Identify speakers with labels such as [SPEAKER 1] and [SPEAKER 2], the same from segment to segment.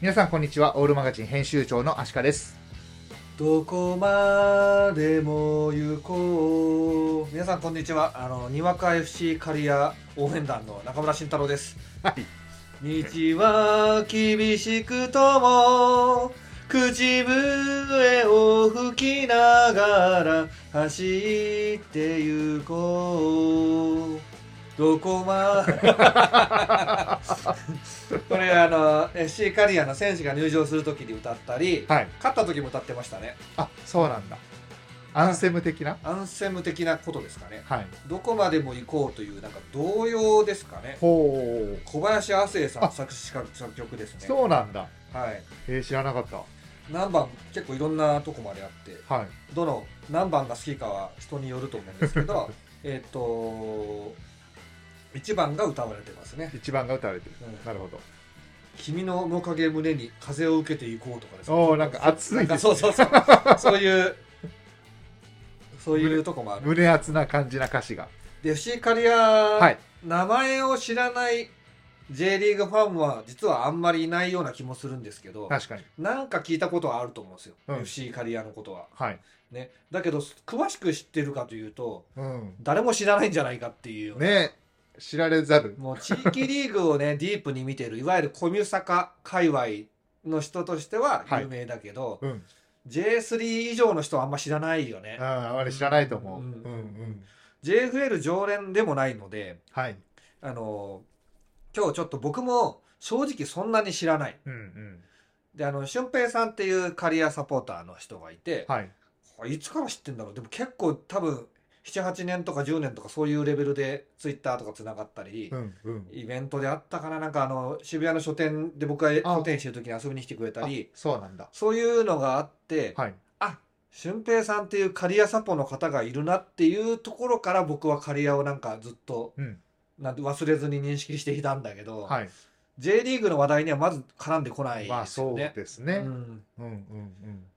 [SPEAKER 1] 皆さんこんにちはオールマガジン編集長のアシカです
[SPEAKER 2] どこまでも行こう皆さんこんにちはあのにわか FC 刈谷応援団の中村慎太郎です
[SPEAKER 1] はい
[SPEAKER 2] 道は厳しくとも口笛を吹きながら走って行こうどこま これあの FC 刈谷の選手が入場する時に歌ったり
[SPEAKER 1] はい
[SPEAKER 2] 勝った時も歌ってましたね
[SPEAKER 1] あそうなんだアンセム的な
[SPEAKER 2] アンセム的なことですかね
[SPEAKER 1] はい
[SPEAKER 2] どこまでも行こうというなんか童謡ですかね
[SPEAKER 1] ほう
[SPEAKER 2] 小林亜生さ
[SPEAKER 1] あ
[SPEAKER 2] ん作詞家作曲ですね
[SPEAKER 1] そうなんだ
[SPEAKER 2] はい
[SPEAKER 1] えー、知らなかっ
[SPEAKER 2] 何番結構いろんなとこまであって
[SPEAKER 1] たはい
[SPEAKER 2] どの何番が好きかは人によると思うんです けどえっと1番が歌われてますね
[SPEAKER 1] 一番が歌われてる、
[SPEAKER 2] うん
[SPEAKER 1] なるほど
[SPEAKER 2] 「君の面影胸に風を受けていこう」とかですね
[SPEAKER 1] おーなんか熱い
[SPEAKER 2] なんか
[SPEAKER 1] です
[SPEAKER 2] そうそうそう そういうそういうとこもある
[SPEAKER 1] 胸熱な感じな歌詞が
[SPEAKER 2] で FC カリア、
[SPEAKER 1] はい
[SPEAKER 2] 名前を知らない J リーグファンは実はあんまりいないような気もするんですけど、
[SPEAKER 1] 確かに
[SPEAKER 2] なんか聞いたことはあると思うんですよ、
[SPEAKER 1] うん
[SPEAKER 2] FC カリアのことは。
[SPEAKER 1] はい
[SPEAKER 2] ね、だけど詳しく知ってるかというと
[SPEAKER 1] うん
[SPEAKER 2] 誰も知らないんじゃないかっていうような
[SPEAKER 1] ねえ知られざる
[SPEAKER 2] もう地域リーグをね ディープに見てるいわゆるコミュサカ界隈の人としては有名だけど、
[SPEAKER 1] うん
[SPEAKER 2] J3 以上の人はあんま知らないよね
[SPEAKER 1] うん、あまり知らないと思う。う
[SPEAKER 2] うんん
[SPEAKER 1] うん、
[SPEAKER 2] JFL 常連でもないので
[SPEAKER 1] はい。
[SPEAKER 2] あの今日ちょっと僕も正直そんなに知らない
[SPEAKER 1] うんうん。
[SPEAKER 2] であの俊平さんっていうカリアサポーターの人がいて、
[SPEAKER 1] はい。
[SPEAKER 2] い、つから知ってんだろうでも結構多分78年とか10年とかそういうレベルでツイッターとかつながったり、
[SPEAKER 1] うんうん。
[SPEAKER 2] イベントであったかななんかあの渋谷の書店で僕が書店してる時に遊びに来てくれたり
[SPEAKER 1] あそうなんだ。
[SPEAKER 2] そういうのがあって、
[SPEAKER 1] はい。
[SPEAKER 2] あ俊平さんっていう刈谷サポの方がいるなっていうところから僕は刈谷をなんかずっと
[SPEAKER 1] うん。
[SPEAKER 2] なんて忘れずに認識していたんだけど、
[SPEAKER 1] はい。
[SPEAKER 2] J リーグの話題にはまず絡んでこないですよね。
[SPEAKER 1] まあそうですね。
[SPEAKER 2] う
[SPEAKER 1] うん
[SPEAKER 2] ん
[SPEAKER 1] うんうん。
[SPEAKER 2] だか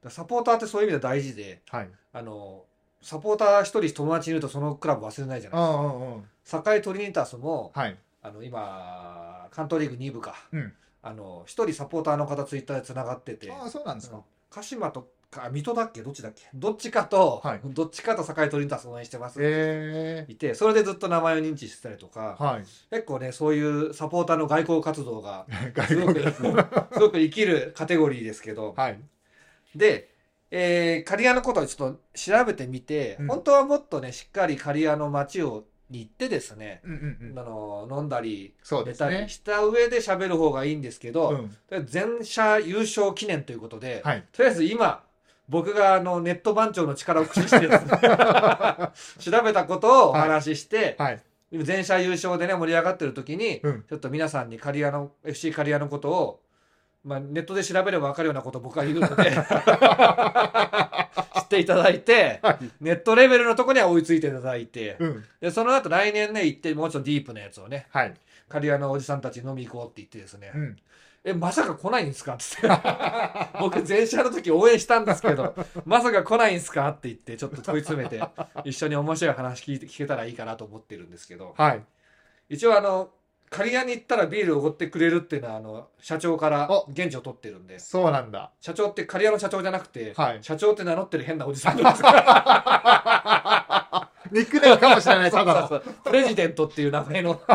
[SPEAKER 2] らサポーターってそういう意味では大事で
[SPEAKER 1] はい。
[SPEAKER 2] あのサポーター一人友達にいるとそのクラブ忘れないじゃ
[SPEAKER 1] う
[SPEAKER 2] ない
[SPEAKER 1] んうんうん。
[SPEAKER 2] 堺トリニータスも
[SPEAKER 1] はい。
[SPEAKER 2] あの今関東リーグ2部か、
[SPEAKER 1] うん
[SPEAKER 2] あの一人サポーターの方ツイッターでつながってて
[SPEAKER 1] ああ、そうなんですか。
[SPEAKER 2] 鹿島とか水戸だっけどっちだっけどっちかと、
[SPEAKER 1] はい
[SPEAKER 2] どっちかと堺トリニータス応援してます、
[SPEAKER 1] ええ
[SPEAKER 2] いてそれでずっと名前を認知してたりとか、
[SPEAKER 1] はい。
[SPEAKER 2] 結構ねそういうサポーターの外交活動が
[SPEAKER 1] 外
[SPEAKER 2] すごく
[SPEAKER 1] 国
[SPEAKER 2] すごく生きるカテゴリーですけど、
[SPEAKER 1] はい。
[SPEAKER 2] で、えー、刈谷のことをちょっと調べてみて、
[SPEAKER 1] うん
[SPEAKER 2] 本当はもっとねしっかり刈谷の街をに行ってですね、
[SPEAKER 1] うんうんうん。
[SPEAKER 2] あの飲んだり
[SPEAKER 1] そうで
[SPEAKER 2] 寝
[SPEAKER 1] す
[SPEAKER 2] た
[SPEAKER 1] ね
[SPEAKER 2] り。した上で喋る方がいいんですけ
[SPEAKER 1] う
[SPEAKER 2] ど、
[SPEAKER 1] ん。
[SPEAKER 2] 全社優勝記念ということで、
[SPEAKER 1] はい。
[SPEAKER 2] とりあえず今僕があのネット番長の力を駆使して ですね調べたことをお話しして、
[SPEAKER 1] はい。
[SPEAKER 2] 全社優勝でね盛り上がってる時に、
[SPEAKER 1] うん
[SPEAKER 2] ちょっと皆さんに刈谷の FC 刈谷のことを、まあ、ネットで調べれば分かるようなことを僕は言うの で知っていただいて
[SPEAKER 1] はい。
[SPEAKER 2] ネットレベルのとこには追いついていただいて
[SPEAKER 1] うん。
[SPEAKER 2] でその後来年ね行ってもうちょっとディープなやつをね
[SPEAKER 1] はい。
[SPEAKER 2] 刈谷のおじさんたち飲み行こうって言ってですね
[SPEAKER 1] うん。
[SPEAKER 2] 「えまさか来ないんですか?」って言って 「僕前者の時応援したんですけどまさか来ないんですか?」って言ってちょっと問い詰めて一緒に面白い話聞いて聞けたらいいかなと思ってるんですけど。
[SPEAKER 1] はい。
[SPEAKER 2] 一応あの刈谷に行ったらビールをおごってくれるっていうのはあの社長から
[SPEAKER 1] お
[SPEAKER 2] 現地を取ってるんで
[SPEAKER 1] そうなんだ。
[SPEAKER 2] 社長って刈谷の社長じゃなくて、
[SPEAKER 1] はい
[SPEAKER 2] 社長って名乗ってる変なおじさんなんですから
[SPEAKER 1] ニックネーム かもしれない、
[SPEAKER 2] そ
[SPEAKER 1] た
[SPEAKER 2] うそ
[SPEAKER 1] だ
[SPEAKER 2] うそうプレジデントっていう名前の人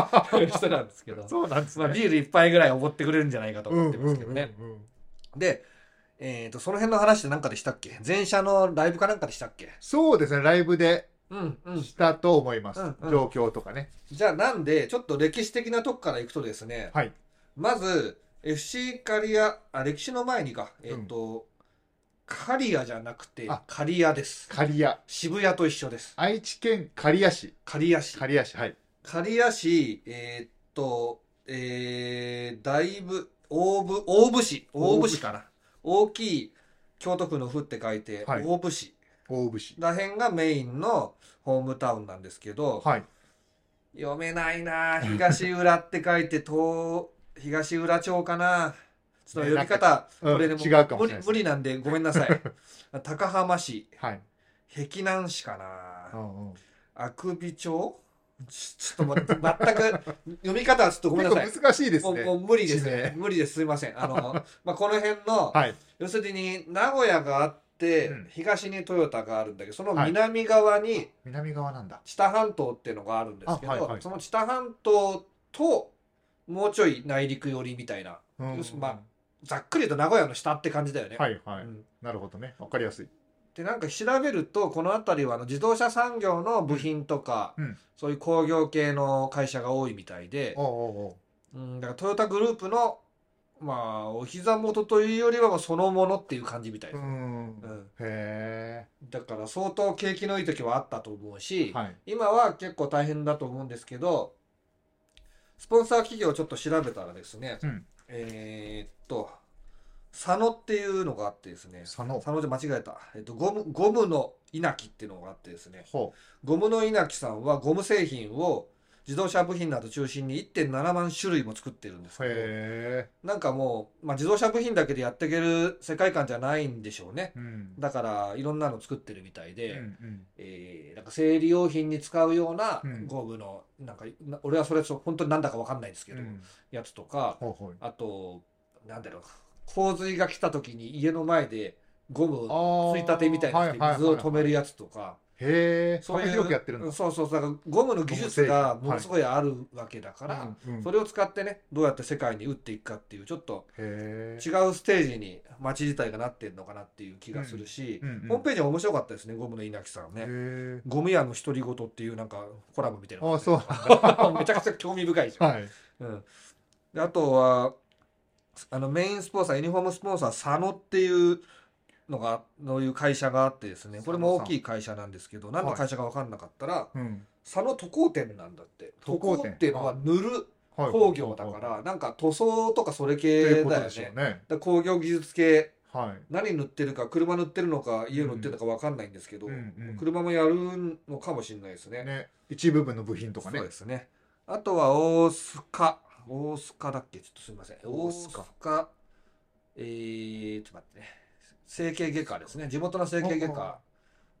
[SPEAKER 2] なんですけど
[SPEAKER 1] の。、そうなんです
[SPEAKER 2] まあ、
[SPEAKER 1] ね。
[SPEAKER 2] ビール一杯ぐらいおごってくれるんじゃないかと思ってますけどね、
[SPEAKER 1] うんうんうんうん。
[SPEAKER 2] で、えー、とその辺の話って何かでしたっけ前社のライブかなんかでしたっけ
[SPEAKER 1] そうですね、ライブで
[SPEAKER 2] うんうん
[SPEAKER 1] したと思います
[SPEAKER 2] うん。うん
[SPEAKER 1] 状況とかね。
[SPEAKER 2] じゃあなんでちょっと歴史的なとこからいくとですね、
[SPEAKER 1] はい。
[SPEAKER 2] まず FC カリアあ歴史の前にかえっ、と、カリアじゃなくて
[SPEAKER 1] あ
[SPEAKER 2] カリアです
[SPEAKER 1] 刈谷。
[SPEAKER 2] 渋谷と一緒です
[SPEAKER 1] 愛知県刈谷市。
[SPEAKER 2] カリア市
[SPEAKER 1] 刈谷市、はい。
[SPEAKER 2] カリア市えっとえー、大部大部大部市大部市かな大きい京都府の府って書いて、
[SPEAKER 1] はい
[SPEAKER 2] 大部市
[SPEAKER 1] 大府市。
[SPEAKER 2] らへんがメインのホームタウンなんですけど、
[SPEAKER 1] はい。
[SPEAKER 2] 読めないなあ東浦って書いて東 東浦町かなちょっと読み方
[SPEAKER 1] うん
[SPEAKER 2] これでも
[SPEAKER 1] 違うかもしれないです
[SPEAKER 2] 無理無理なんでごめんなさい 高浜市
[SPEAKER 1] はい。
[SPEAKER 2] 碧南市か
[SPEAKER 1] う
[SPEAKER 2] なん
[SPEAKER 1] うん
[SPEAKER 2] あくび町ちょっとま、全く、読み方はちょっとごめん
[SPEAKER 1] 結
[SPEAKER 2] なさ
[SPEAKER 1] 構
[SPEAKER 2] い。
[SPEAKER 1] 難しいです
[SPEAKER 2] もうも
[SPEAKER 1] ね
[SPEAKER 2] う無理です
[SPEAKER 1] 地名
[SPEAKER 2] ね。無理です。すいません。あの、まあ、この辺の、
[SPEAKER 1] はい
[SPEAKER 2] 要するに、名古屋があって、
[SPEAKER 1] うん
[SPEAKER 2] 東にトヨタがあるんだけど、その
[SPEAKER 1] はい
[SPEAKER 2] 南側に
[SPEAKER 1] 南側なんだ
[SPEAKER 2] 知多半島っていうのがあるんですけど、
[SPEAKER 1] あはいはい
[SPEAKER 2] その知多半島と、もうちょい内陸寄りみたいな、
[SPEAKER 1] うん
[SPEAKER 2] よしまあざっくり言うと名古屋の下って感じだよね。
[SPEAKER 1] はいはい
[SPEAKER 2] うん
[SPEAKER 1] なるほどねわかりやすい
[SPEAKER 2] でなんか調べるとこの辺りはあの自動車産業の部品とか、
[SPEAKER 1] うん
[SPEAKER 2] そういう工業系の会社が多いみたいで、
[SPEAKER 1] おうおうおう
[SPEAKER 2] うん、だからトヨタグループのまあお膝元というよりはもうそのものっていう感じみたいで
[SPEAKER 1] う
[SPEAKER 2] す、
[SPEAKER 1] ん
[SPEAKER 2] うん
[SPEAKER 1] へ
[SPEAKER 2] だから相当景気のいい時はあったと思う
[SPEAKER 1] え
[SPEAKER 2] し、
[SPEAKER 1] はい
[SPEAKER 2] 今は結構大変だと思うんですけどスポンサー企業をちょっと調べたらですね
[SPEAKER 1] うん
[SPEAKER 2] えーっと佐野っていうのがあってですね
[SPEAKER 1] 佐野
[SPEAKER 2] 佐野じゃ間違えた、えっと、ゴムゴムの稲城っていうのがあってですね
[SPEAKER 1] ほ
[SPEAKER 2] ゴムの稲城さんはゴム製品を自動車部品など中心に1.7万種類も作ってるんです
[SPEAKER 1] う
[SPEAKER 2] けど
[SPEAKER 1] へえ
[SPEAKER 2] なんかもう、まあ、自動車部品だけでやっていける世界観じゃないんでしょうね
[SPEAKER 1] うん
[SPEAKER 2] だからいろんなの作ってるみたい
[SPEAKER 1] うん
[SPEAKER 2] で、
[SPEAKER 1] うん
[SPEAKER 2] えーなんか生理用品に使うような
[SPEAKER 1] うん
[SPEAKER 2] ゴムの、なんかな俺はそれそう本当になんだかわかんないですけ
[SPEAKER 1] う
[SPEAKER 2] ど、
[SPEAKER 1] ん
[SPEAKER 2] やつとか
[SPEAKER 1] ほうほう
[SPEAKER 2] あとなんだろう洪水が来た時に家の前でゴムを
[SPEAKER 1] あ
[SPEAKER 2] ついたてみたいなやつで水を止める
[SPEAKER 1] や
[SPEAKER 2] やつとか、
[SPEAKER 1] つへえ
[SPEAKER 2] そういう
[SPEAKER 1] 幅広くやってるんだ
[SPEAKER 2] そうそう、だからゴムの技術がものすごいあるわけだから、
[SPEAKER 1] うんうん
[SPEAKER 2] それを使ってね、どうやって世界に打っていくかっていう、ちょっと
[SPEAKER 1] へえ
[SPEAKER 2] 違うステージに街自体がなってんのかなっていう気がするし、
[SPEAKER 1] うんうん
[SPEAKER 2] ホームページ面白かったですね、ゴムの稲城さんね。
[SPEAKER 1] へえ
[SPEAKER 2] ゴム屋の独り言っていうなんかコラムみたいなのがって。めちゃくちゃ興味深いじゃん。
[SPEAKER 1] はい
[SPEAKER 2] うん、であとは、あのメインスポンサー、ユニフォームスポンサー、佐野っていうのが、のいう会社があってですね、これも大きい会社なんですけど、何の会社か分かんなかったら、
[SPEAKER 1] うん
[SPEAKER 2] 佐野塗工店なんだって。
[SPEAKER 1] 塗
[SPEAKER 2] 塗
[SPEAKER 1] 工
[SPEAKER 2] 工
[SPEAKER 1] 店
[SPEAKER 2] っていうのは塗る
[SPEAKER 1] はい
[SPEAKER 2] 工業だから、なんか塗装とかそれ
[SPEAKER 1] と
[SPEAKER 2] 系
[SPEAKER 1] いうこと
[SPEAKER 2] だよ
[SPEAKER 1] でしょ
[SPEAKER 2] ね。
[SPEAKER 1] うね
[SPEAKER 2] だから工業技術系、
[SPEAKER 1] はい
[SPEAKER 2] 何塗ってるか、車塗ってるのか、家塗ってるのか分かんないんですけど、
[SPEAKER 1] うんうん
[SPEAKER 2] 車もやるのかもしれないですね。
[SPEAKER 1] ね一部分の部品とかね
[SPEAKER 2] そうですね。あとは大須賀。大須賀だっけちょっとすみません。
[SPEAKER 1] 大
[SPEAKER 2] 大
[SPEAKER 1] 須
[SPEAKER 2] 須
[SPEAKER 1] 賀
[SPEAKER 2] 賀。えー、ちょっと待ってね。整形外科ですね。地元の整形外科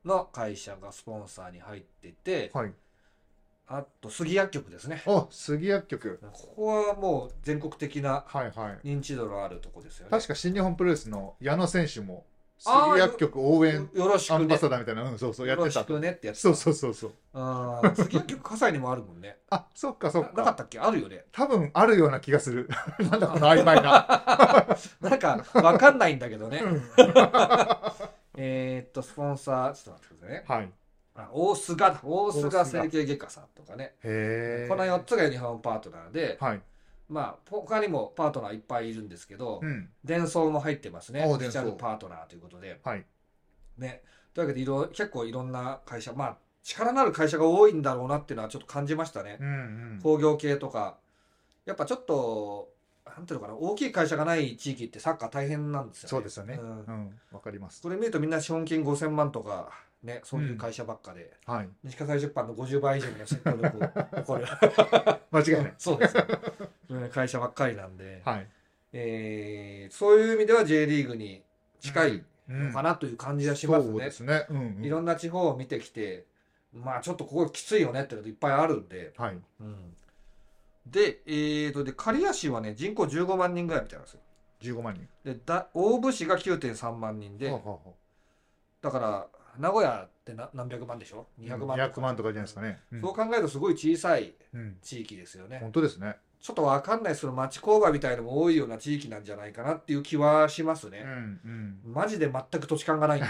[SPEAKER 2] の会社がスポンサーに入ってて、
[SPEAKER 1] はい
[SPEAKER 2] あと杉薬局ですね。
[SPEAKER 1] あ杉薬局
[SPEAKER 2] ここはもう全国的な
[SPEAKER 1] はいはい
[SPEAKER 2] 認知度のあるとこですよね。
[SPEAKER 1] 確か新日本プロレスの矢野選手も
[SPEAKER 2] あー
[SPEAKER 1] 杉薬局応援
[SPEAKER 2] よろし
[SPEAKER 1] ア
[SPEAKER 2] く
[SPEAKER 1] ンバ
[SPEAKER 2] ね。
[SPEAKER 1] サダーみたいなうんそうそうやっ
[SPEAKER 2] よろ
[SPEAKER 1] て
[SPEAKER 2] したくねってやつ。
[SPEAKER 1] そうそうそうそう
[SPEAKER 2] あー杉薬局、葛西にもあるもんね。
[SPEAKER 1] あそっか
[SPEAKER 2] な
[SPEAKER 1] そっ
[SPEAKER 2] なかっ
[SPEAKER 1] か
[SPEAKER 2] たっけあるよね。
[SPEAKER 1] 多分あるような気がする なんだこの曖昧な
[SPEAKER 2] なんか、わかんないんだけどね。
[SPEAKER 1] うん
[SPEAKER 2] えーっと、スポンサー、ちょっと待ってくださいね。
[SPEAKER 1] はい
[SPEAKER 2] あ大須賀だ、大須
[SPEAKER 1] 大
[SPEAKER 2] 賀
[SPEAKER 1] 須賀
[SPEAKER 2] 整形外科さんとかね。
[SPEAKER 1] へえ
[SPEAKER 2] この4つがユニフォームパートナーで、
[SPEAKER 1] はい
[SPEAKER 2] まあ、他にもパートナーいっぱいいるんですけど、
[SPEAKER 1] うん
[SPEAKER 2] デンソーも入ってますね。
[SPEAKER 1] おう
[SPEAKER 2] オフ
[SPEAKER 1] デン
[SPEAKER 2] ィシ
[SPEAKER 1] ソー
[SPEAKER 2] ャルパートナーということで。
[SPEAKER 1] はい
[SPEAKER 2] ね。というわけでいろ、結構いろんな会社、まあ、力のある会社が多いんだろうなっていうのはちょっと感じましたね
[SPEAKER 1] う。んうん
[SPEAKER 2] 工業系とか。やっぱちょっと、なんていうのかな、大きい会社がない地域ってサッカー大変なんですよね。
[SPEAKER 1] そうですよねうんんわかります
[SPEAKER 2] それ見るとみんな資本金5000万とか、ね、そういう会社ばっかで、
[SPEAKER 1] はい
[SPEAKER 2] 西葛西出版の50倍以上の戦闘力を誇 る
[SPEAKER 1] 間違いない
[SPEAKER 2] そうですねうん会社ばっかりなんで、
[SPEAKER 1] はい
[SPEAKER 2] えーそういう意味では J リーグに近い
[SPEAKER 1] うん
[SPEAKER 2] のかなという感じはします
[SPEAKER 1] そう
[SPEAKER 2] ね
[SPEAKER 1] で。すねうんうん
[SPEAKER 2] いろんな地方を見てきて、まあちょっとここきついよねってこといっぱいあるんで、
[SPEAKER 1] はい
[SPEAKER 2] うんで、えーと、で、刈谷市はね、人口15万人ぐらいみたいなんですよ。
[SPEAKER 1] 15万人
[SPEAKER 2] で、だ大府市が9.3万人で
[SPEAKER 1] ほう、ほうほう
[SPEAKER 2] だから名古屋ってな何百万でしょ
[SPEAKER 1] 200
[SPEAKER 2] ?200 万とか。
[SPEAKER 1] 万とかじゃないですかね。うん
[SPEAKER 2] そう考えるとすごい小さい
[SPEAKER 1] うん
[SPEAKER 2] 地域ですよね。
[SPEAKER 1] 本当ですね。
[SPEAKER 2] ちょっとわかんないですけど、町工場みたいのも多いような地域なんじゃないかなっていう気はします
[SPEAKER 1] う
[SPEAKER 2] ね。
[SPEAKER 1] んうん。
[SPEAKER 2] マジで全く土地勘がないんで。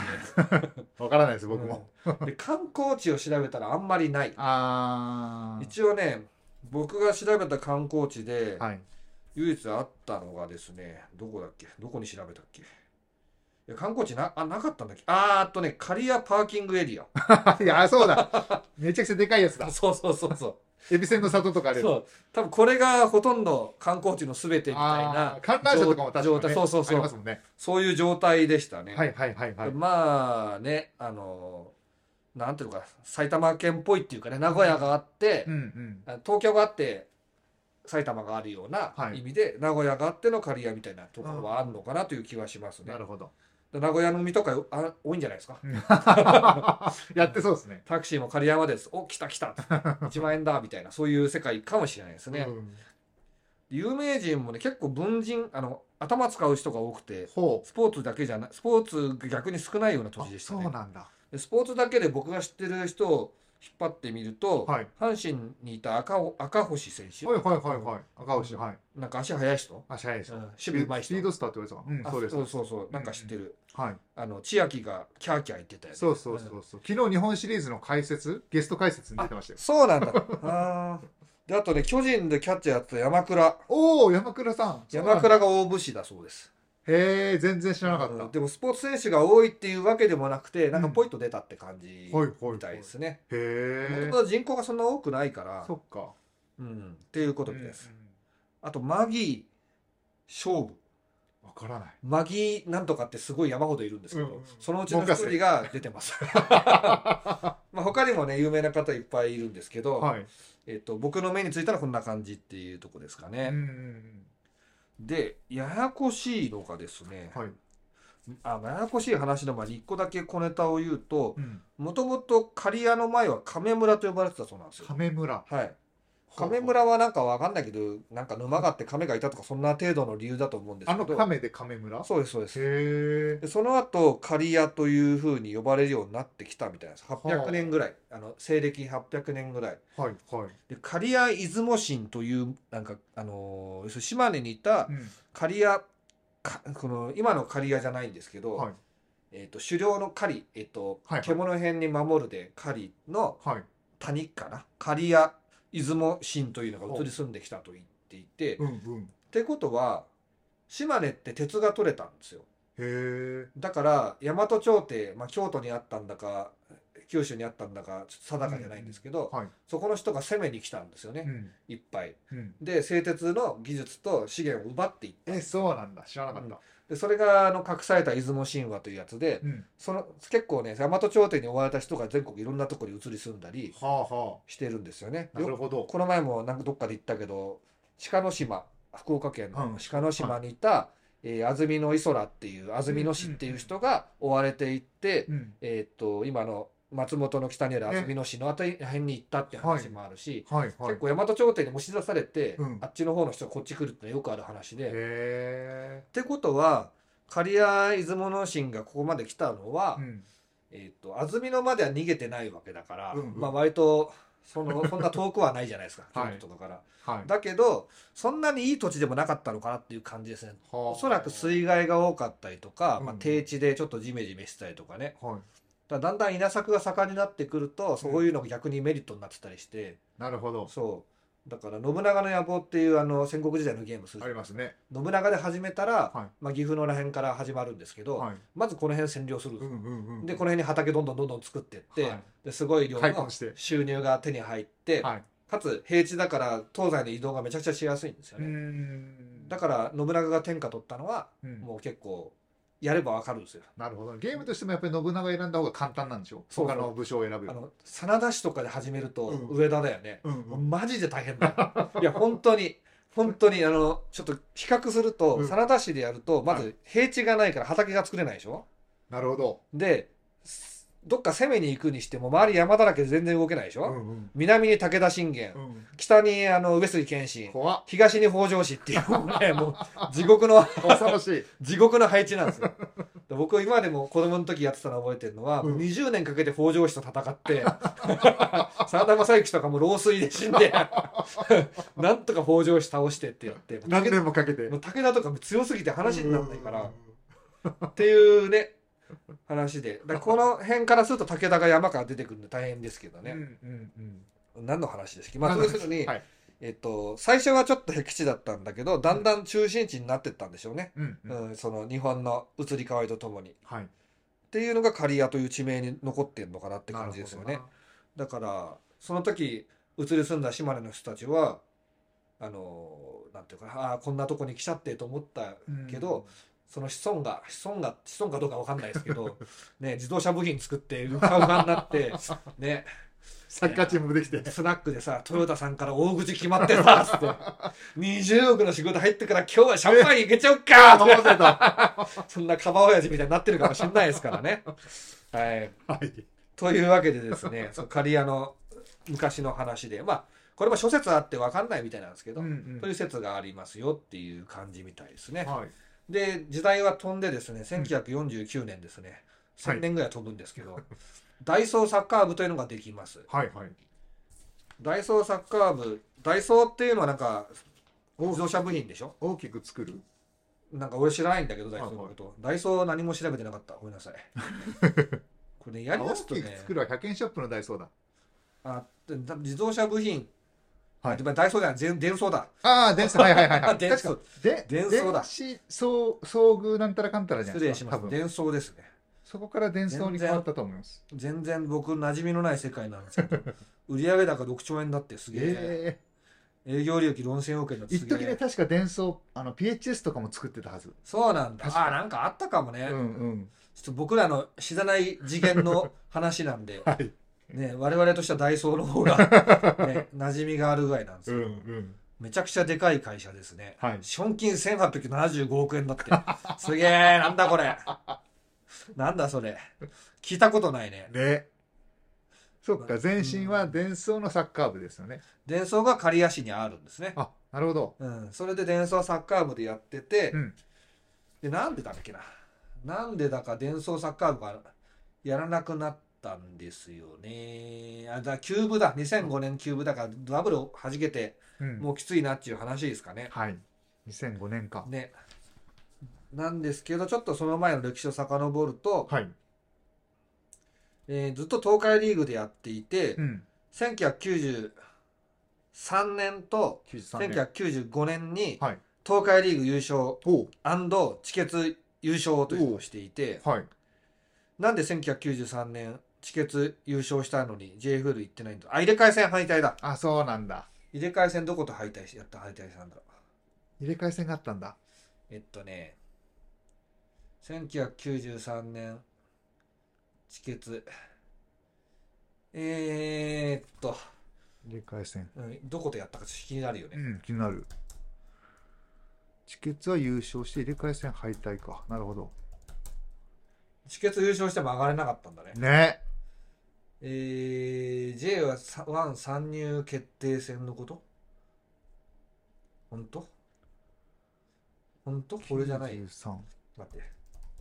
[SPEAKER 1] わからないです、 僕も。
[SPEAKER 2] うんで、観光地を調べたらあんまりない。
[SPEAKER 1] あ ー。
[SPEAKER 2] 一応ね、僕が調べた観光地で、
[SPEAKER 1] はい。
[SPEAKER 2] 唯一あったのがですね、どこだっけどこに調べたっけいや観光地な、あ、なかったんだっけあーあとね、刈谷パーキングエ リア。
[SPEAKER 1] いや、そうだ。めちゃくちゃでかいやつだ。
[SPEAKER 2] そうそうそうそう。
[SPEAKER 1] エビセンの里とかあれ。
[SPEAKER 2] そう多分これがほとんど観光地のすべてみたい
[SPEAKER 1] あ
[SPEAKER 2] な
[SPEAKER 1] ー観覧車とかも確
[SPEAKER 2] 状
[SPEAKER 1] か
[SPEAKER 2] 態
[SPEAKER 1] に、ね、
[SPEAKER 2] そうそうそう
[SPEAKER 1] ありますもんね。
[SPEAKER 2] そういう状態でしたね、
[SPEAKER 1] はいはいはいはい。
[SPEAKER 2] まあねあのなんていうのか埼玉県っぽいっていうかね名古屋があって、
[SPEAKER 1] うんうん。
[SPEAKER 2] 東京があって埼玉があるような
[SPEAKER 1] はい
[SPEAKER 2] 意味で、名古屋があっての刈谷みたいなところはあるのかなという気はしますね
[SPEAKER 1] なるほど。
[SPEAKER 2] 名古屋の海とかあ多いんじゃないですか
[SPEAKER 1] やってそうですね。
[SPEAKER 2] タクシーも狩山ですお来た来 た1万円だみたいなそういう世界かもしれないですね、
[SPEAKER 1] うん
[SPEAKER 2] 有名人もね結構文人あの頭使う人が多くて
[SPEAKER 1] ほう。
[SPEAKER 2] スポーツだけじゃないスポーツが逆に少ないような
[SPEAKER 1] あ
[SPEAKER 2] 年でした
[SPEAKER 1] そ
[SPEAKER 2] ね
[SPEAKER 1] うなんだ。
[SPEAKER 2] でスポーツだけで僕が知ってる人を引っ張ってみると、
[SPEAKER 1] はい
[SPEAKER 2] 阪神にいた赤尾赤星選手
[SPEAKER 1] はいはいはいはい。赤星、はい。
[SPEAKER 2] なんか足速い人、
[SPEAKER 1] 足早いで
[SPEAKER 2] う
[SPEAKER 1] す
[SPEAKER 2] ん、
[SPEAKER 1] ね。
[SPEAKER 2] 守備うまい
[SPEAKER 1] スピー
[SPEAKER 2] 人
[SPEAKER 1] ドスターって言われてた。うん、
[SPEAKER 2] あ
[SPEAKER 1] そうです。
[SPEAKER 2] そうそうそうなんか知ってる、
[SPEAKER 1] はい。
[SPEAKER 2] あの千秋がキャーキャー言ってたよね
[SPEAKER 1] そうそうそうそう。昨日日本シリーズの解説、ゲスト解説に出てましたよ。
[SPEAKER 2] そうなんだあーであとね巨人でキャッチャーやってた山倉
[SPEAKER 1] おお、山倉さん。
[SPEAKER 2] 山
[SPEAKER 1] そうなんだ。
[SPEAKER 2] 倉が大武士だそうです
[SPEAKER 1] へえ、全然知らなかっ
[SPEAKER 2] うん
[SPEAKER 1] た。
[SPEAKER 2] でもスポーツ選手が多いっていうわけでもなくてなんか
[SPEAKER 1] うん
[SPEAKER 2] ポイッと出たって感じ
[SPEAKER 1] はいはいはい
[SPEAKER 2] みたいですね、
[SPEAKER 1] へえ
[SPEAKER 2] 元。々人口がそんな多くないから
[SPEAKER 1] そっか。
[SPEAKER 2] うん、っていうことみたいです、
[SPEAKER 1] わ
[SPEAKER 2] あとマギー勝負
[SPEAKER 1] からない。
[SPEAKER 2] マギーなんとかってすごい山ほどいるんですけど、
[SPEAKER 1] うんうん
[SPEAKER 2] そのうちの一人が出てます まあ他にもね有名な方いっぱいいるんですけど、
[SPEAKER 1] はい。
[SPEAKER 2] えっと僕の目についたらこんな感じっていうとこですか
[SPEAKER 1] うんうん
[SPEAKER 2] ね、でややこしいのがですね、
[SPEAKER 1] うん。はい。
[SPEAKER 2] あややこしい話の前に1個だけ小ネタを言うと、
[SPEAKER 1] うん。
[SPEAKER 2] もともと刈谷の前は亀村と呼ばれてたそうなんですよ。
[SPEAKER 1] 亀村。
[SPEAKER 2] はい。亀村はなんかわかんないけど、なんか沼があって亀がいたとかそんな程度の理由だと思うんです
[SPEAKER 1] あ
[SPEAKER 2] けど。
[SPEAKER 1] の亀で亀村へ
[SPEAKER 2] そうですそうです。
[SPEAKER 1] え
[SPEAKER 2] でその後刈谷というふうに呼ばれるようになってきたみたいなんです。800年ぐらい、あの西暦800年ぐらい。
[SPEAKER 1] はいはい、
[SPEAKER 2] で刈谷出雲神というなんかあのー要するに島根にいた
[SPEAKER 1] うん、
[SPEAKER 2] 刈谷かこの今の刈谷じゃないんですけど、
[SPEAKER 1] はい
[SPEAKER 2] えっ、と狩猟の狩り、えっ、と、
[SPEAKER 1] はいはい
[SPEAKER 2] 獣編に守るで狩りの、
[SPEAKER 1] はい
[SPEAKER 2] 谷かな刈谷出雲神というのが移り住んできたと言っていて、
[SPEAKER 1] う
[SPEAKER 2] っ
[SPEAKER 1] んうん
[SPEAKER 2] てことは島根って鉄が取れたんですよ
[SPEAKER 1] へえ
[SPEAKER 2] だから大和朝廷、まあ、京都にあったんだか九州にあったんだかちょっと定かじゃないんですけど、
[SPEAKER 1] はい
[SPEAKER 2] そこの人が攻めに来たんですよね
[SPEAKER 1] う、ん
[SPEAKER 2] いっぱい
[SPEAKER 1] うん
[SPEAKER 2] で製鉄の技術と資源を奪っていっ
[SPEAKER 1] えそうなんだ知らなかった
[SPEAKER 2] でそれがあの隠された出雲神話というやつで
[SPEAKER 1] うん
[SPEAKER 2] その結構ね大和朝廷に追われた人が全国いろんなところに移り住んだり
[SPEAKER 1] はあは
[SPEAKER 2] してるんですよね
[SPEAKER 1] あなるほど
[SPEAKER 2] この前もなんかどっかで言ったけど鹿の島福岡県
[SPEAKER 1] うん
[SPEAKER 2] の鹿の島にいた、えー安曇野磯らっていう安曇野市っていう人が追われていって、
[SPEAKER 1] うん
[SPEAKER 2] えーっと今の松本の北にある安曇野市のあたり辺に行ったって話もあるし、
[SPEAKER 1] はいはい
[SPEAKER 2] 結構大和朝廷に押し出されて、
[SPEAKER 1] うん
[SPEAKER 2] あっちの方の人がこっち来るってのはよくある話で。
[SPEAKER 1] へえ
[SPEAKER 2] ってことは刈谷出雲の神がここまで来たのは、
[SPEAKER 1] うん
[SPEAKER 2] えーっと安曇野までは逃げてないわけだから、
[SPEAKER 1] うんうん
[SPEAKER 2] まあ、割とそのそんな遠くはないじゃないですか
[SPEAKER 1] はい
[SPEAKER 2] 京都とかから。
[SPEAKER 1] はい
[SPEAKER 2] だけどそんなにいい土地でもなかったのかなっていう感じですね。お
[SPEAKER 1] お
[SPEAKER 2] そらく水害が多かったりとか、
[SPEAKER 1] うん
[SPEAKER 2] まあ、低地でちょっとジメジメしてたりとかね
[SPEAKER 1] はい
[SPEAKER 2] だからだんだん稲作が盛んになってくるとそういうのが逆にメリットになってたりして、
[SPEAKER 1] なるほど
[SPEAKER 2] そうだから「信長の野望」っていうあの戦国時代のゲームする
[SPEAKER 1] ありますね
[SPEAKER 2] 信長で始めたら、
[SPEAKER 1] は
[SPEAKER 2] まあ、岐阜のらへんから始まるんです
[SPEAKER 1] い
[SPEAKER 2] けど、
[SPEAKER 1] はい
[SPEAKER 2] まずこの辺占領するんで
[SPEAKER 1] う
[SPEAKER 2] す、
[SPEAKER 1] んうんうん
[SPEAKER 2] でこの辺に畑どんどんどんどん作ってって、
[SPEAKER 1] はい
[SPEAKER 2] ですごい量
[SPEAKER 1] 開墾
[SPEAKER 2] の
[SPEAKER 1] して
[SPEAKER 2] 収入が手に入って、
[SPEAKER 1] はい
[SPEAKER 2] かつ平地だから東西の移動がめちゃくちゃしやすいんですよ
[SPEAKER 1] う
[SPEAKER 2] ね。
[SPEAKER 1] ん
[SPEAKER 2] だから信長が天下取ったのは
[SPEAKER 1] うん
[SPEAKER 2] もう結構やればわかるんですよ。
[SPEAKER 1] なるほどゲームとしてもやっぱり信長選んだ方が簡単なんでしょ
[SPEAKER 2] そうそう
[SPEAKER 1] 他の武将を選ぶ
[SPEAKER 2] あ
[SPEAKER 1] より
[SPEAKER 2] の真田氏とかで始めると
[SPEAKER 1] うん
[SPEAKER 2] 上田だよね。
[SPEAKER 1] うんうん
[SPEAKER 2] マジで大変だ。 いや本当に本当にあのちょっと比較すると、
[SPEAKER 1] うん
[SPEAKER 2] 真田氏でやるとまず平地がないから畑が作れないでしょ。
[SPEAKER 1] なるほど
[SPEAKER 2] で s- どっか攻めに行くにしても周り山だらけで全然動けないでしょ。
[SPEAKER 1] うんうん
[SPEAKER 2] 南に武田信玄、
[SPEAKER 1] うん
[SPEAKER 2] 北にあの上杉謙信、
[SPEAKER 1] 怖っ
[SPEAKER 2] 東に北条氏っていうもうねもう地獄の
[SPEAKER 1] 恐ろし い
[SPEAKER 2] 地獄の配置なんですよで僕今でも子供の時やってたの覚えてるのは、
[SPEAKER 1] うん
[SPEAKER 2] 20年かけて北条氏と戦って 真田昌幸とかも老衰で死んで なんとか北条氏倒してってやって
[SPEAKER 1] 何
[SPEAKER 2] 武田
[SPEAKER 1] 年もかけて
[SPEAKER 2] もう武田とかも強すぎて話にならないか
[SPEAKER 1] うん
[SPEAKER 2] らっていうね話でだからこの辺からすると武田が山から出てくるんで大変ですけど
[SPEAKER 1] う
[SPEAKER 2] ね、
[SPEAKER 1] んうんうん
[SPEAKER 2] 何の話ですっけまあ要するに、
[SPEAKER 1] はい
[SPEAKER 2] えっと、最初はちょっと僻地だったんだけどだんだん中心地になってったんでしょうね、
[SPEAKER 1] うんうん
[SPEAKER 2] うん、その日本の移り変わりとともに。
[SPEAKER 1] はい
[SPEAKER 2] っていうのが刈谷という地名に残ってんのかなって感じですよね。だからその時移り住んだ島根の人たちはあのなんていうかなあーこんなとこに来ちゃってと思った
[SPEAKER 1] なるほどな
[SPEAKER 2] けど、その子孫が子孫が子孫かどうかわかんないですけど、ね、自動車部品作ってウカウカになって、ね、
[SPEAKER 1] サッカーチームもできて。
[SPEAKER 2] スナックでさ、トヨタさんから大口決まってさ、つって。20億の仕事入ってから今日はシャンパンいけちゃおっ
[SPEAKER 1] ああ、
[SPEAKER 2] か
[SPEAKER 1] 飲ませた。
[SPEAKER 2] そんなカバオヤジみたいになってるかもしれないですからね。はい。
[SPEAKER 1] はい。
[SPEAKER 2] というわけでですね、 その刈谷の昔の話で、まあ、これも諸説あって分かんないみたいなんですけど、
[SPEAKER 1] うんうん
[SPEAKER 2] そういう説がありますよっていう感じみたいですね。
[SPEAKER 1] はい。
[SPEAKER 2] で、時代は飛んでですね、1949年ですね、
[SPEAKER 1] はい
[SPEAKER 2] 1000年ぐらい飛ぶんですけど、ダイソーサッカー部というのができます。
[SPEAKER 1] はいはい。
[SPEAKER 2] ダイソーサッカー部、ダイソーっていうのはなんか、自動車部品でしょ
[SPEAKER 1] 大きく作る。
[SPEAKER 2] なんか俺知らないんだけど、ダイソーのこと。ダイソー何も調べてなかった。ごめんな さい。これね、やり
[SPEAKER 1] 大
[SPEAKER 2] ます
[SPEAKER 1] き
[SPEAKER 2] と
[SPEAKER 1] く
[SPEAKER 2] ね、
[SPEAKER 1] 作るは100円ショップのダイソーだ。
[SPEAKER 2] あで自動車部品、
[SPEAKER 1] はい
[SPEAKER 2] でダイソーじゃないデン、デンソーだ。
[SPEAKER 1] あ あ、電装。はいはいはいは
[SPEAKER 2] あ
[SPEAKER 1] い。
[SPEAKER 2] 電
[SPEAKER 1] 確
[SPEAKER 2] 装
[SPEAKER 1] か。で、
[SPEAKER 2] 電装だ
[SPEAKER 1] 電子総遭遇なんたらかんたらじゃない
[SPEAKER 2] 失
[SPEAKER 1] で
[SPEAKER 2] 礼
[SPEAKER 1] す
[SPEAKER 2] し
[SPEAKER 1] か。
[SPEAKER 2] ま
[SPEAKER 1] 多分。
[SPEAKER 2] す。伝送ですね。
[SPEAKER 1] そこから電装に変わったと思います。
[SPEAKER 2] 全然僕、馴染みのない世界なんです けど、売上高6兆円だってすげえ。
[SPEAKER 1] え
[SPEAKER 2] 営業利益4000億円だっ
[SPEAKER 1] え
[SPEAKER 2] てす
[SPEAKER 1] 一
[SPEAKER 2] げ
[SPEAKER 1] 時ね、
[SPEAKER 2] え。
[SPEAKER 1] 確か電装、あの、PHS とかも作ってたはず。
[SPEAKER 2] そうなんだ。
[SPEAKER 1] 確か
[SPEAKER 2] あ、なんかあったかも
[SPEAKER 1] う
[SPEAKER 2] ね。
[SPEAKER 1] んうん。、
[SPEAKER 2] ちょっと僕らの知らない次元の話なんで
[SPEAKER 1] はい。
[SPEAKER 2] ね、我々としてはダイソーの方が、 ね、馴染みがあるぐらいなんです
[SPEAKER 1] う
[SPEAKER 2] よ
[SPEAKER 1] んうん。
[SPEAKER 2] めちゃくちゃでかい会社ですね。
[SPEAKER 1] はい。
[SPEAKER 2] 資本金1875億円だって。すげえ、なんだこれ。なんだそれ。聞いたことないね。
[SPEAKER 1] で、そっか、前身は電装のサッカー部ですよね。
[SPEAKER 2] 伝送が刈谷市にあるんですね。
[SPEAKER 1] あ、なるほど。
[SPEAKER 2] うん。それで伝送サッカー部でやってて、
[SPEAKER 1] うん。
[SPEAKER 2] で、なんでだっけな。なんでだか伝送サッカー部がやらなくなったんですよね。あ、だ、キューブだ。2005年キューブだから、ダブルを弾けて、
[SPEAKER 1] うん。
[SPEAKER 2] もうきついなっていう話ですかね。
[SPEAKER 1] はい。2005年か。
[SPEAKER 2] ね。なんですけど、ちょっとその前の歴史を遡ると、
[SPEAKER 1] はい。
[SPEAKER 2] えーずっと東海リーグでやっていて、
[SPEAKER 1] うん。
[SPEAKER 2] 1993年と
[SPEAKER 1] 93年。
[SPEAKER 2] 1995年に
[SPEAKER 1] はい。
[SPEAKER 2] 東海リーグ優勝
[SPEAKER 1] おう
[SPEAKER 2] チケツ優勝というのをしていて、
[SPEAKER 1] はい。
[SPEAKER 2] なんで1993年チケツ優勝したのに JFL 行ってないんだあ、入れ替え戦敗退だ。
[SPEAKER 1] あ、そうなんだ。
[SPEAKER 2] 入れ替え戦どこと敗退し、やった敗退したんだろう。
[SPEAKER 1] 入れ替え戦があったんだ。
[SPEAKER 2] えっとね、1993年、チケツ。えー、っと、
[SPEAKER 1] 入れ替え戦。
[SPEAKER 2] うんどことやったかちょっと気になるよ
[SPEAKER 1] う
[SPEAKER 2] ね。
[SPEAKER 1] ん、気になる。チケッツは優勝して入れ替え戦敗退か。なるほど。
[SPEAKER 2] チケツ優勝しても上がれなかったんだね。
[SPEAKER 1] ね。
[SPEAKER 2] えー、J はさ1参入決定戦のこと本当本当これじゃない。
[SPEAKER 1] 93
[SPEAKER 2] 待って。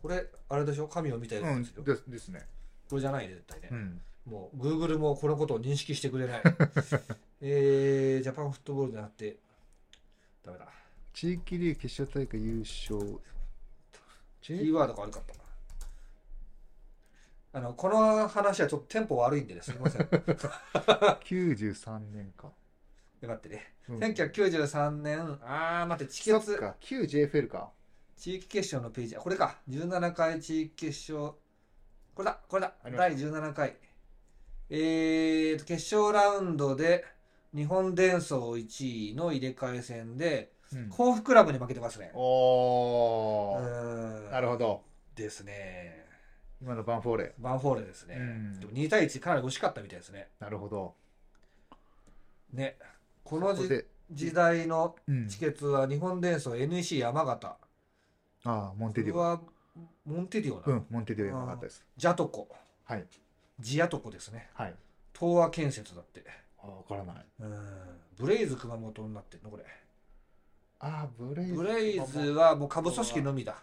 [SPEAKER 2] これ、あれでしょ神を見たような
[SPEAKER 1] う
[SPEAKER 2] や
[SPEAKER 1] ん、
[SPEAKER 2] つよ。
[SPEAKER 1] ですですね。
[SPEAKER 2] これじゃないね、絶対ね。
[SPEAKER 1] うん。
[SPEAKER 2] もう、Google もこのことを認識してくれない。 えー、ジャパンフットボールじゃなくて、ダメだ。
[SPEAKER 1] 地域リーグ決勝大会優勝。
[SPEAKER 2] キーワードが悪かったな。あの、この話はちょっとテンポ悪いんでね、すみません。よ
[SPEAKER 1] 93年か。
[SPEAKER 2] かったね。
[SPEAKER 1] うん
[SPEAKER 2] 1993年、あー、待って、チケ
[SPEAKER 1] そっ
[SPEAKER 2] ツ、
[SPEAKER 1] か、旧 JFL か。
[SPEAKER 2] 地域決勝のページ、あこれか、17回地域決勝、これだ、これだ
[SPEAKER 1] あ、りま
[SPEAKER 2] 第17回。えーと、決勝ラウンドで、日本伝送1位の入れ替え戦で、
[SPEAKER 1] うん
[SPEAKER 2] 甲府クラブに負けてますね。う
[SPEAKER 1] おー、
[SPEAKER 2] ーん。
[SPEAKER 1] なるほど。
[SPEAKER 2] ですね。
[SPEAKER 1] 今のバンフォーレ。
[SPEAKER 2] バンフォーレですね。
[SPEAKER 1] うん
[SPEAKER 2] でも2対1かなり惜しかったみたいですね。
[SPEAKER 1] なるほど。
[SPEAKER 2] ね。この
[SPEAKER 1] ここ
[SPEAKER 2] じ
[SPEAKER 1] で、
[SPEAKER 2] 時代の
[SPEAKER 1] うん
[SPEAKER 2] チケットは日本伝送 NEC 山形。
[SPEAKER 1] ああ、モン
[SPEAKER 2] こ
[SPEAKER 1] テ
[SPEAKER 2] れ
[SPEAKER 1] ディオ。
[SPEAKER 2] はモンテディオな。
[SPEAKER 1] うん、モンテディオよかったです。
[SPEAKER 2] ジャトコ。
[SPEAKER 1] はい。
[SPEAKER 2] ジアトコですね。
[SPEAKER 1] はい。
[SPEAKER 2] 東亜建設だって。
[SPEAKER 1] あわからない。
[SPEAKER 2] うん。ブレイズ熊本になってんのこれ。
[SPEAKER 1] ああ、ブレイズ。
[SPEAKER 2] ブレイズはもう下部組織のみだ。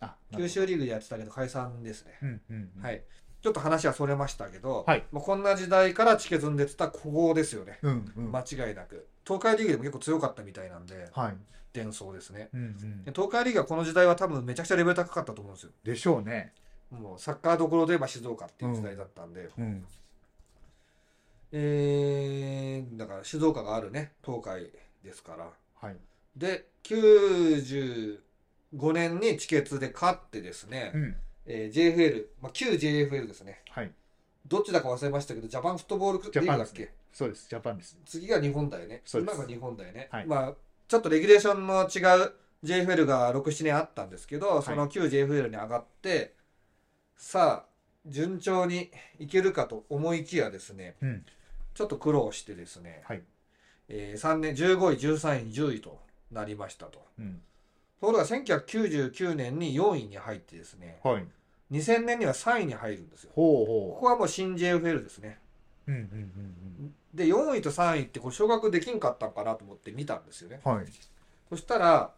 [SPEAKER 1] あ、なるほど
[SPEAKER 2] 九。州リーグでやってたけど解散ですね。
[SPEAKER 1] うんうんうん。
[SPEAKER 2] は。い。ちょっと話はそれましたけど、
[SPEAKER 1] はい
[SPEAKER 2] まあこんな時代からチケズンで出てた古豪ですよね。
[SPEAKER 1] うんうん。
[SPEAKER 2] 間違いなく東海リーグでも結構強かったみたいなんで
[SPEAKER 1] はい。
[SPEAKER 2] 伝送ですね
[SPEAKER 1] うんうん
[SPEAKER 2] で。東海リーグはこの時代は多分めちゃくちゃレベル高かったと思うんですよ
[SPEAKER 1] でしょうね。
[SPEAKER 2] もうサッカーどころで言えば静岡っていう時代だったんで、
[SPEAKER 1] うん。
[SPEAKER 2] えー、だから静岡があるね東海ですから
[SPEAKER 1] はい。
[SPEAKER 2] で95年にチケツで勝ってですね、
[SPEAKER 1] うん。
[SPEAKER 2] えー JFL、まあ、旧 JFL ですね
[SPEAKER 1] はい。
[SPEAKER 2] どっちだか忘れましたけどジャパンフットボールリ
[SPEAKER 1] ジャ
[SPEAKER 2] ー
[SPEAKER 1] パ
[SPEAKER 2] グ
[SPEAKER 1] ン
[SPEAKER 2] だ
[SPEAKER 1] で
[SPEAKER 2] っ
[SPEAKER 1] す
[SPEAKER 2] け、
[SPEAKER 1] ね。そうです。ジャパンです。
[SPEAKER 2] 次が日本だよね。
[SPEAKER 1] そうです
[SPEAKER 2] 今が日本だよね。
[SPEAKER 1] はい
[SPEAKER 2] まあ、ちょっとレギュレーションの違う JFL が6、7年あったんですけど、その旧 JFL に上がって、さあ、順調にいけるかと思いきやですね、
[SPEAKER 1] うん
[SPEAKER 2] ちょっと苦労してですね、
[SPEAKER 1] はい
[SPEAKER 2] えー3年15位13位10位となりましたと
[SPEAKER 1] うん
[SPEAKER 2] ところが1999年に4位に入ってですね
[SPEAKER 1] はい
[SPEAKER 2] 2000年には3位に入るんですよ
[SPEAKER 1] ほう
[SPEAKER 2] こ
[SPEAKER 1] ほ
[SPEAKER 2] こはもう新 JFL ですね
[SPEAKER 1] ううんうんうん
[SPEAKER 2] で4位と3位ってこう昇格できんかったんかなと思って見たんですよね
[SPEAKER 1] うんはい
[SPEAKER 2] そしたら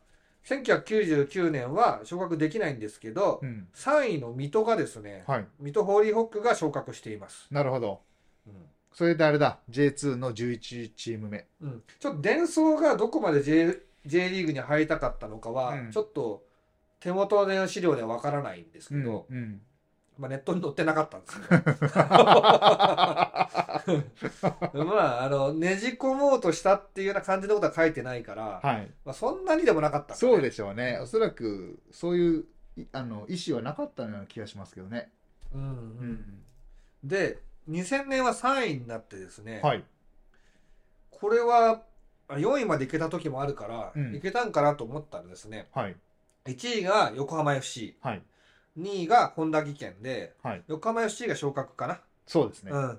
[SPEAKER 2] 1999年は昇格できないんですけど、
[SPEAKER 1] うん
[SPEAKER 2] 3位の水戸がですね、
[SPEAKER 1] はい
[SPEAKER 2] 水戸ホーリーホックが昇格しています、
[SPEAKER 1] なるほど
[SPEAKER 2] うん
[SPEAKER 1] それであれだ J2 の11チーム目
[SPEAKER 2] うん、ちょっと伝送がどこまで J, J リーグに入りたかったのかは、
[SPEAKER 1] うん
[SPEAKER 2] ちょっと手元の資料ではわからないんですけど、
[SPEAKER 1] うん うん
[SPEAKER 2] まあ、ネットに載ってなかったんですけ ど まああのねじ込もうとしたっていうような感じのことは書いてないから、
[SPEAKER 1] はい
[SPEAKER 2] まあ、そんなにでもなかったからね
[SPEAKER 1] そうでしょうねおそらくそういういあの意思はなかったような気がしますけどね
[SPEAKER 2] うんうん、で2000年は3位になってですね、
[SPEAKER 1] はい
[SPEAKER 2] これはあ4位まで行けた時もあるから、
[SPEAKER 1] うん
[SPEAKER 2] 行けたんかなと思ったらですね
[SPEAKER 1] はい
[SPEAKER 2] 1位が横浜 FC2
[SPEAKER 1] はい
[SPEAKER 2] 位が本田技研で
[SPEAKER 1] はい
[SPEAKER 2] 横浜 FC が昇格かな、
[SPEAKER 1] そうですね
[SPEAKER 2] うん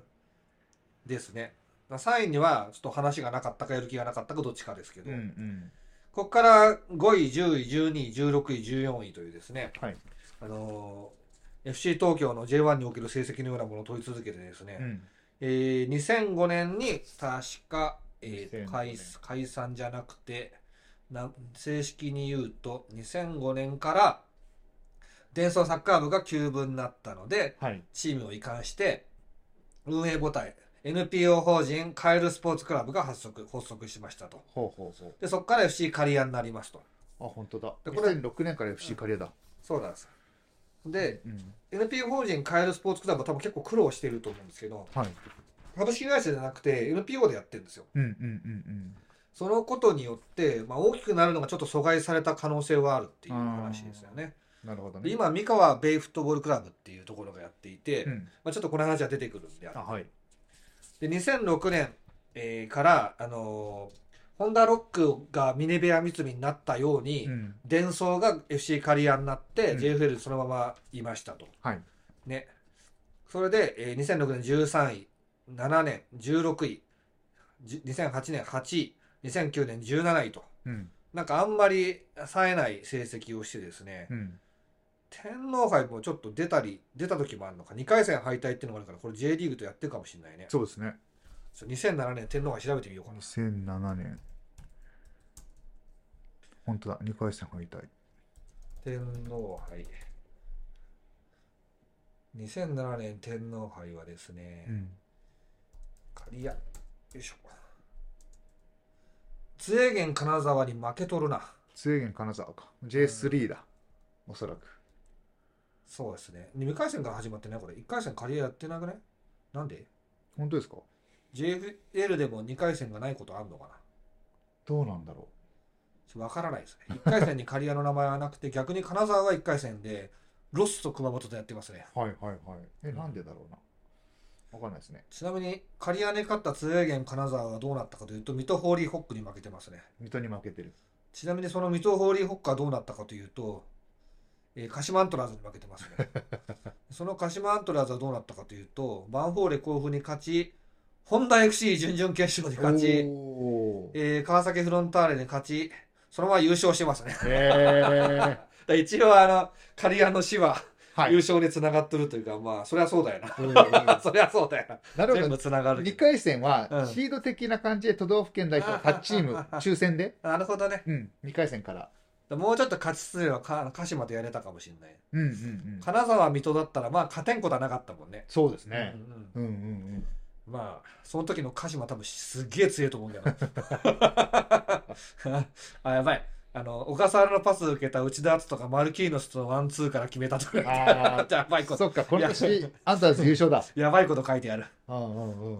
[SPEAKER 2] ですね3位にはちょっと話がなかったかやる気がなかったかどっちかですけ
[SPEAKER 1] う
[SPEAKER 2] ど、
[SPEAKER 1] んうん
[SPEAKER 2] ここから5位10位12位16位14位というですね、
[SPEAKER 1] はい
[SPEAKER 2] あのー FC 東京の J1 における成績のようなものを問い続けてですね、
[SPEAKER 1] うん
[SPEAKER 2] えー、2005年に確か、
[SPEAKER 1] 2005
[SPEAKER 2] えー、
[SPEAKER 1] 年
[SPEAKER 2] 解解散じゃなくてな正式に言うと2005年から伝送サッカー部が休部になったので
[SPEAKER 1] はい
[SPEAKER 2] チームを移管して運営母体 NPO 法人カエルスポーツクラブが発足発足しましたと
[SPEAKER 1] ほうほうほう
[SPEAKER 2] でそこから FC 刈谷になりますと
[SPEAKER 1] あ本当だ
[SPEAKER 2] でこれ
[SPEAKER 1] 2006年から FC カリアだ
[SPEAKER 2] そうなんですで
[SPEAKER 1] うん
[SPEAKER 2] NPO 法人カエルスポーツクラブは多分結構苦労してると思うんですけど
[SPEAKER 1] はい
[SPEAKER 2] 株式会社じゃなくて NPO でやってるんですよ
[SPEAKER 1] うんうんうん
[SPEAKER 2] そのことによって、まあ、大きくなるのがちょっと阻害された可能性はあるっていう話ですよね。
[SPEAKER 1] うんなるほど
[SPEAKER 2] で
[SPEAKER 1] ね
[SPEAKER 2] 今、三河ベイフットボールクラブっていうところがやっていて、
[SPEAKER 1] うん
[SPEAKER 2] まあ、ちょっとこの話は出てくるんで、
[SPEAKER 1] あはい
[SPEAKER 2] で2006年、えーから、あのーホンダロックがミネベア三つになったように、
[SPEAKER 1] うん
[SPEAKER 2] デンソーが FC カリアになって、
[SPEAKER 1] うん
[SPEAKER 2] JFL そのままいましたと。
[SPEAKER 1] はい
[SPEAKER 2] ね。それで、えー2006年13位、7年16位、じ2008年8位、2009年17位と。
[SPEAKER 1] うん
[SPEAKER 2] なんかあんまり冴えない成績をしてですね、
[SPEAKER 1] うん
[SPEAKER 2] 天皇杯もちょっと出たり、出た時もあるのか、2回戦敗退っていうのがあるから、これ J リーグとやってるかもしれないね。
[SPEAKER 1] そうですね
[SPEAKER 2] そう2007年天皇杯調べてみようかな。
[SPEAKER 1] 2007年本当だ2回戦敗退
[SPEAKER 2] 天皇杯。2007年天皇杯はですね、
[SPEAKER 1] うん
[SPEAKER 2] 刈谷。よいしょ。津江源金沢に負けとるな。
[SPEAKER 1] 津江金沢か J3 だおそらく
[SPEAKER 2] そうですね。2回戦から始まってね、これ。1回戦刈谷やってなくないなんで
[SPEAKER 1] 本当ですか
[SPEAKER 2] ?JFL でも2回戦がないことあるのかな
[SPEAKER 1] どうなんだろ
[SPEAKER 2] わからないですね。1回戦に刈谷の名前はなくて、逆に金沢が1回戦で、ロスと熊本とやってますね。
[SPEAKER 1] うはいはいはいえなんでだろうなわかんないですね
[SPEAKER 2] ちなみに、刈谷に勝った津江源金沢はどうなったかというと、水戸ホーリーホックに負けてますね。
[SPEAKER 1] 水戸に負けてる
[SPEAKER 2] ちなみにその水戸ホーリーホックはどうなったかというと、えー鹿島アントラーズに負けてます ね。その鹿島アントラーズはどうなったかというと、バンフォーレ甲府に勝ち、本田 FC 準々決勝に勝ち、
[SPEAKER 1] おー
[SPEAKER 2] えー川崎フロンターレに勝ち、そのまま優勝してますね。
[SPEAKER 1] へえ
[SPEAKER 2] だから一応あの刈谷の死は
[SPEAKER 1] はい
[SPEAKER 2] 優勝につながってるというか、まあそりゃそうだよな
[SPEAKER 1] うんうんな
[SPEAKER 2] そりゃそうだよな
[SPEAKER 1] る
[SPEAKER 2] 全
[SPEAKER 1] ほ
[SPEAKER 2] 部つなが
[SPEAKER 1] ど
[SPEAKER 2] るけ
[SPEAKER 1] 2
[SPEAKER 2] ど
[SPEAKER 1] 回戦
[SPEAKER 2] う
[SPEAKER 1] は
[SPEAKER 2] ん
[SPEAKER 1] シード的な感じで都道府県代表8チーム
[SPEAKER 2] あはははは
[SPEAKER 1] 抽選で
[SPEAKER 2] なるほどね
[SPEAKER 1] うん2回戦から
[SPEAKER 2] もうちょっと勝ちすればか鹿島とやれたかもしれない
[SPEAKER 1] うんうんうん
[SPEAKER 2] 金沢水戸だったらまあ勝てんことはなかったもんね
[SPEAKER 1] そうですね
[SPEAKER 2] うんうん
[SPEAKER 1] うんうんうん
[SPEAKER 2] まあその時の鹿島多分すっげえ強いと思うんだよ なあやばいあの小笠原のパス受けた内田篤とかマルキーノスとのワンツーから決めたとか
[SPEAKER 1] あ
[SPEAKER 2] やばいこ
[SPEAKER 1] あ
[SPEAKER 2] と
[SPEAKER 1] そっかこの年アンダーズ優勝だ
[SPEAKER 2] やばいこと書いてある
[SPEAKER 1] うんうんうん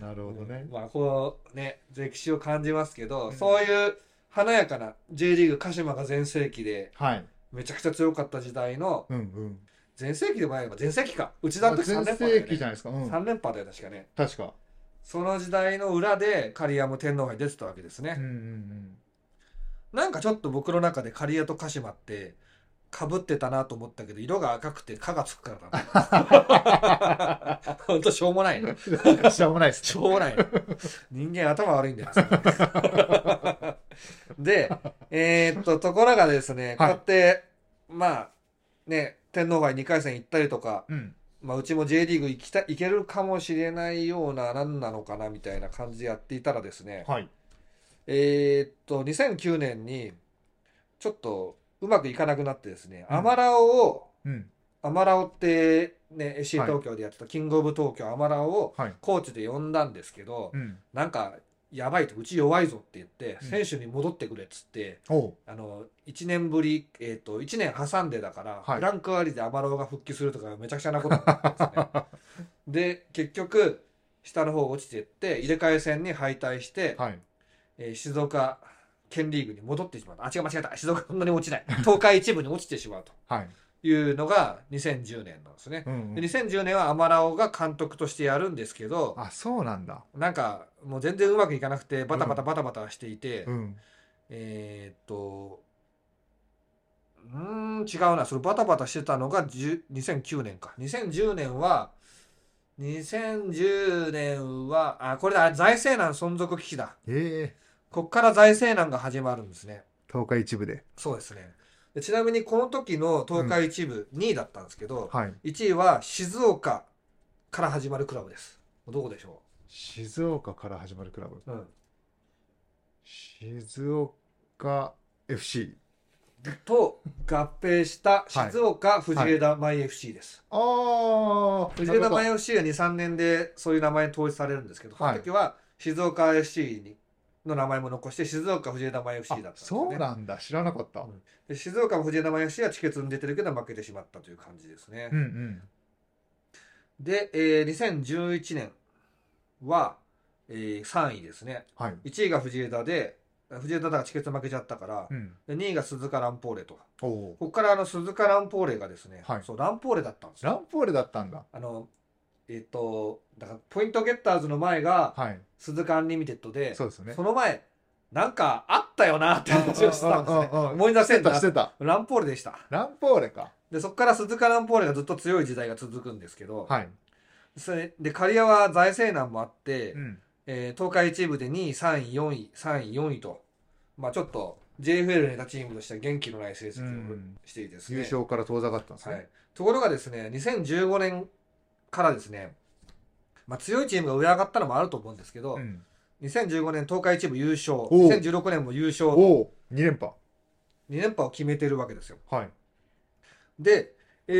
[SPEAKER 1] なるほどね
[SPEAKER 2] まあこうね歴史を感じますけど、
[SPEAKER 1] うん
[SPEAKER 2] そういう華やかな J リーグ鹿島が全盛期で
[SPEAKER 1] はい
[SPEAKER 2] めちゃくちゃ強かった時代の
[SPEAKER 1] うんうん
[SPEAKER 2] 全盛期でもないのか全盛期か内田の時
[SPEAKER 1] 全
[SPEAKER 2] 3連覇だよ
[SPEAKER 1] 盛期じゃ
[SPEAKER 2] ね
[SPEAKER 1] ないですかうん
[SPEAKER 2] 3連覇だよ確かね
[SPEAKER 1] 確か
[SPEAKER 2] その時代の裏で刈谷も天皇杯出てたわけです
[SPEAKER 1] うん
[SPEAKER 2] ね、
[SPEAKER 1] うん
[SPEAKER 2] なんかちょっと僕の中で刈谷と鹿島ってかぶってたなと思ったけど色が赤くて「か」がつくからだほんとしょうもないね
[SPEAKER 1] しょうもないです
[SPEAKER 2] し
[SPEAKER 1] ね。
[SPEAKER 2] ょうもないね人間頭悪いんだよそれ でえーっとところがですねこうやって、まあね天皇杯2回戦行ったりとか、
[SPEAKER 1] うん。
[SPEAKER 2] まあ、うちも J リーグ行きた行けるかもしれないような何なのかなみたいな感じでやっていたらですね、
[SPEAKER 1] はい。
[SPEAKER 2] えーっと、2009年に、ちょっとうまくいかなくなってですね、
[SPEAKER 1] うん
[SPEAKER 2] アマラオを、
[SPEAKER 1] うん。
[SPEAKER 2] アマラオってね、FC
[SPEAKER 1] はい
[SPEAKER 2] 東京でやってたキングオブ東京アマラオを
[SPEAKER 1] はい。
[SPEAKER 2] コーチで呼んだんですけど、
[SPEAKER 1] うん。
[SPEAKER 2] なんか、やばいと、うち弱いぞって言って、
[SPEAKER 1] うん
[SPEAKER 2] 選手に戻ってくれっつって、
[SPEAKER 1] おう。
[SPEAKER 2] あの、1年ぶり、えーっと、1年挟んでだから、
[SPEAKER 1] はい
[SPEAKER 2] フランク・アリでアマラオが復帰するとか、めちゃくちゃなことになったんですね。 で、結局、下の方落ちてって、入れ替え戦に敗退して、
[SPEAKER 1] はい。
[SPEAKER 2] えー静岡県リーグに戻ってしまうあ違う間違えた静岡そんなに落ちない東海一部に落ちてしまうと
[SPEAKER 1] はい。
[SPEAKER 2] いうのが2010年なんですね
[SPEAKER 1] うんう
[SPEAKER 2] で
[SPEAKER 1] ん。
[SPEAKER 2] 2010年はアマラオが監督としてやるんですけど
[SPEAKER 1] あ、そうなんだ。
[SPEAKER 2] なんかもう全然うまくいかなくてバタバタバタバタしていて、
[SPEAKER 1] うん。
[SPEAKER 2] えーっとうーん違うなそれバタバタしてたのが10 2009年か2010年は2010年はあこれだ財政難存続危機だ
[SPEAKER 1] ええ
[SPEAKER 2] こっから財政難が始まるんですね
[SPEAKER 1] 東海一部で。
[SPEAKER 2] そうですね。でちなみにこの時の東海一部2位だったんですけど、
[SPEAKER 1] はい。
[SPEAKER 2] 1位は静岡から始まるクラブです。どこでしょ
[SPEAKER 1] 静岡から始まるクラブ。
[SPEAKER 2] う、うん、
[SPEAKER 1] 静岡 FC。
[SPEAKER 2] と合併した静岡藤枝舞 FC です。
[SPEAKER 1] ああ。
[SPEAKER 2] 藤枝舞 FC は2、3年でそういう名前に統一されるんですけど、
[SPEAKER 1] はい
[SPEAKER 2] この時は静岡 FC にの名前も残して静岡藤枝舞 FC だったんですよ
[SPEAKER 1] そう
[SPEAKER 2] ね。
[SPEAKER 1] なんだ。知らなかった。
[SPEAKER 2] うんで静岡藤枝舞 FC は地決に出てるけど負けてしまったという感じですね。
[SPEAKER 1] うんうん。
[SPEAKER 2] で、えー2011年は、えー3位ですね。
[SPEAKER 1] はい。
[SPEAKER 2] 1位が藤枝で、藤枝がチケット負けちゃったから、
[SPEAKER 1] うん。
[SPEAKER 2] で2位が鈴鹿ランポーレと。
[SPEAKER 1] おおう。
[SPEAKER 2] ここからあの鈴鹿ランポーレがですね、
[SPEAKER 1] はい
[SPEAKER 2] そうランポーレだったんです
[SPEAKER 1] ラ
[SPEAKER 2] よ。
[SPEAKER 1] ンポールだったんだ。
[SPEAKER 2] あの、えっ、と、だからポイントゲッターズの前が
[SPEAKER 1] はい。
[SPEAKER 2] 鈴鹿アンリミテッドで、
[SPEAKER 1] そうですよね。
[SPEAKER 2] その前、なんかあったよなって話をしてたんですね。
[SPEAKER 1] うんうんうんうん
[SPEAKER 2] 思い出せ
[SPEAKER 1] し
[SPEAKER 2] ん
[SPEAKER 1] てた、
[SPEAKER 2] な
[SPEAKER 1] し。てた。
[SPEAKER 2] ランポーレでした。
[SPEAKER 1] ランポーレか。
[SPEAKER 2] で、そこから鈴鹿ランポーレがずっと強い時代が続くんですけど、
[SPEAKER 1] はい。
[SPEAKER 2] それで、刈谷は財政難もあって、
[SPEAKER 1] うん。
[SPEAKER 2] えー東海一部で2位、3位、4位、3位、4位と、まあ、ちょっと JFL ネタチームとしては元気のない成績をしていてですね、
[SPEAKER 1] 優勝から遠ざかったんです
[SPEAKER 2] は
[SPEAKER 1] ね
[SPEAKER 2] い。、ところがですね2015年からですね、まあ、強いチームが上上がったのもあると思うんですけど、
[SPEAKER 1] うん。
[SPEAKER 2] 2015年東海一部優勝
[SPEAKER 1] う
[SPEAKER 2] 2016年も優勝2
[SPEAKER 1] おお、二連覇。
[SPEAKER 2] 連覇を決めてるわけですよ
[SPEAKER 1] はい。
[SPEAKER 2] でえ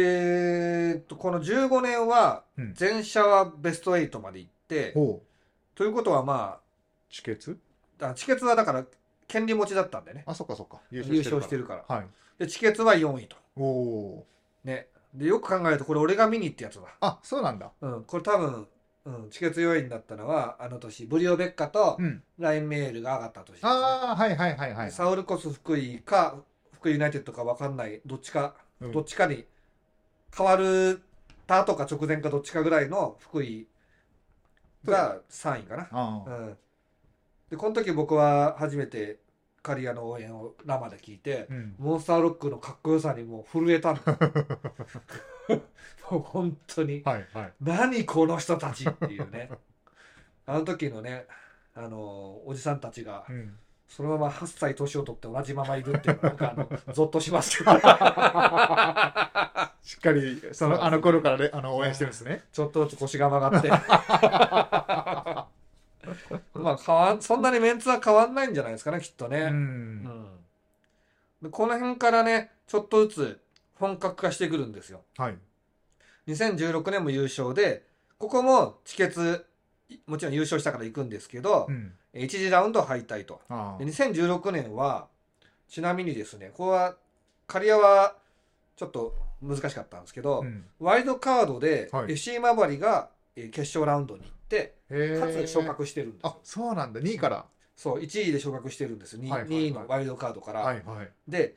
[SPEAKER 2] ーっとこの15年は
[SPEAKER 1] うん
[SPEAKER 2] 全社はベスト8まで行って、
[SPEAKER 1] おお、
[SPEAKER 2] ということはま
[SPEAKER 1] チケツ
[SPEAKER 2] ああチケツはだから権利持ちだったんでね
[SPEAKER 1] あ、そっかそっか。優
[SPEAKER 2] 優勝してるから
[SPEAKER 1] はい。
[SPEAKER 2] で、チケットは4位と。
[SPEAKER 1] おお。
[SPEAKER 2] ね。で、よく考えると、これ俺が見に行ってやつだ。
[SPEAKER 1] あ、そうなんだ。
[SPEAKER 2] うん、これ多分、うん、チケット4位になったのは、あの年、ブリオベッカと
[SPEAKER 1] うん。
[SPEAKER 2] ラインメールが上がった年ですね、
[SPEAKER 1] ああ、はいはいはいはい。
[SPEAKER 2] サウルコス福井か、福井ユナイテッドか分かんない、どっちか、
[SPEAKER 1] うん
[SPEAKER 2] どっちかに変わるたとか直前かどっちかぐらいの福井が3位かな。
[SPEAKER 1] あ
[SPEAKER 2] う
[SPEAKER 1] あ。
[SPEAKER 2] ん。で、この時僕は初めてカリアの応援を生で聞いて、
[SPEAKER 1] うん。
[SPEAKER 2] モンスターロックのかっこよさにもう震えた のもう本当に
[SPEAKER 1] はいはい。
[SPEAKER 2] 何この人たちっていうねあの時のねあのおじさんたちが
[SPEAKER 1] うん。
[SPEAKER 2] そのまま8歳年を取って同じままいるっていうのはなんかあ のゾッとしますけどち
[SPEAKER 1] しっかり、その、あの頃からね、あの、応援してるんですね。
[SPEAKER 2] ょっとずつ腰が曲がって まあ変わんそんなにメンツは変わんないんじゃないですかねきっと
[SPEAKER 1] う。
[SPEAKER 2] ね、うんんでこの辺からねちょっとずつ本格化してくるんですよ
[SPEAKER 1] はい。
[SPEAKER 2] 2016年も優勝で、ここもチケツ、もちろん優勝したから行くんですけど
[SPEAKER 1] う、ん。
[SPEAKER 2] 1次ラウンド敗退と。
[SPEAKER 1] あ
[SPEAKER 2] で2016年は、ちなみにですね、ここは、刈谷はちょっと難しかったんですけ
[SPEAKER 1] あ。
[SPEAKER 2] ど、
[SPEAKER 1] うん。
[SPEAKER 2] ワイルドカードで
[SPEAKER 1] はい
[SPEAKER 2] FC マバリがえー決勝ラウンドに行って、
[SPEAKER 1] へえ。
[SPEAKER 2] かつ昇。格してるんです
[SPEAKER 1] あ
[SPEAKER 2] よ。、
[SPEAKER 1] そうなんだ。2位から。
[SPEAKER 2] そう、1位で昇格してるんですよ。
[SPEAKER 1] はい
[SPEAKER 2] 2,
[SPEAKER 1] はい
[SPEAKER 2] 位のワイルドカードから。
[SPEAKER 1] はいはい。
[SPEAKER 2] で、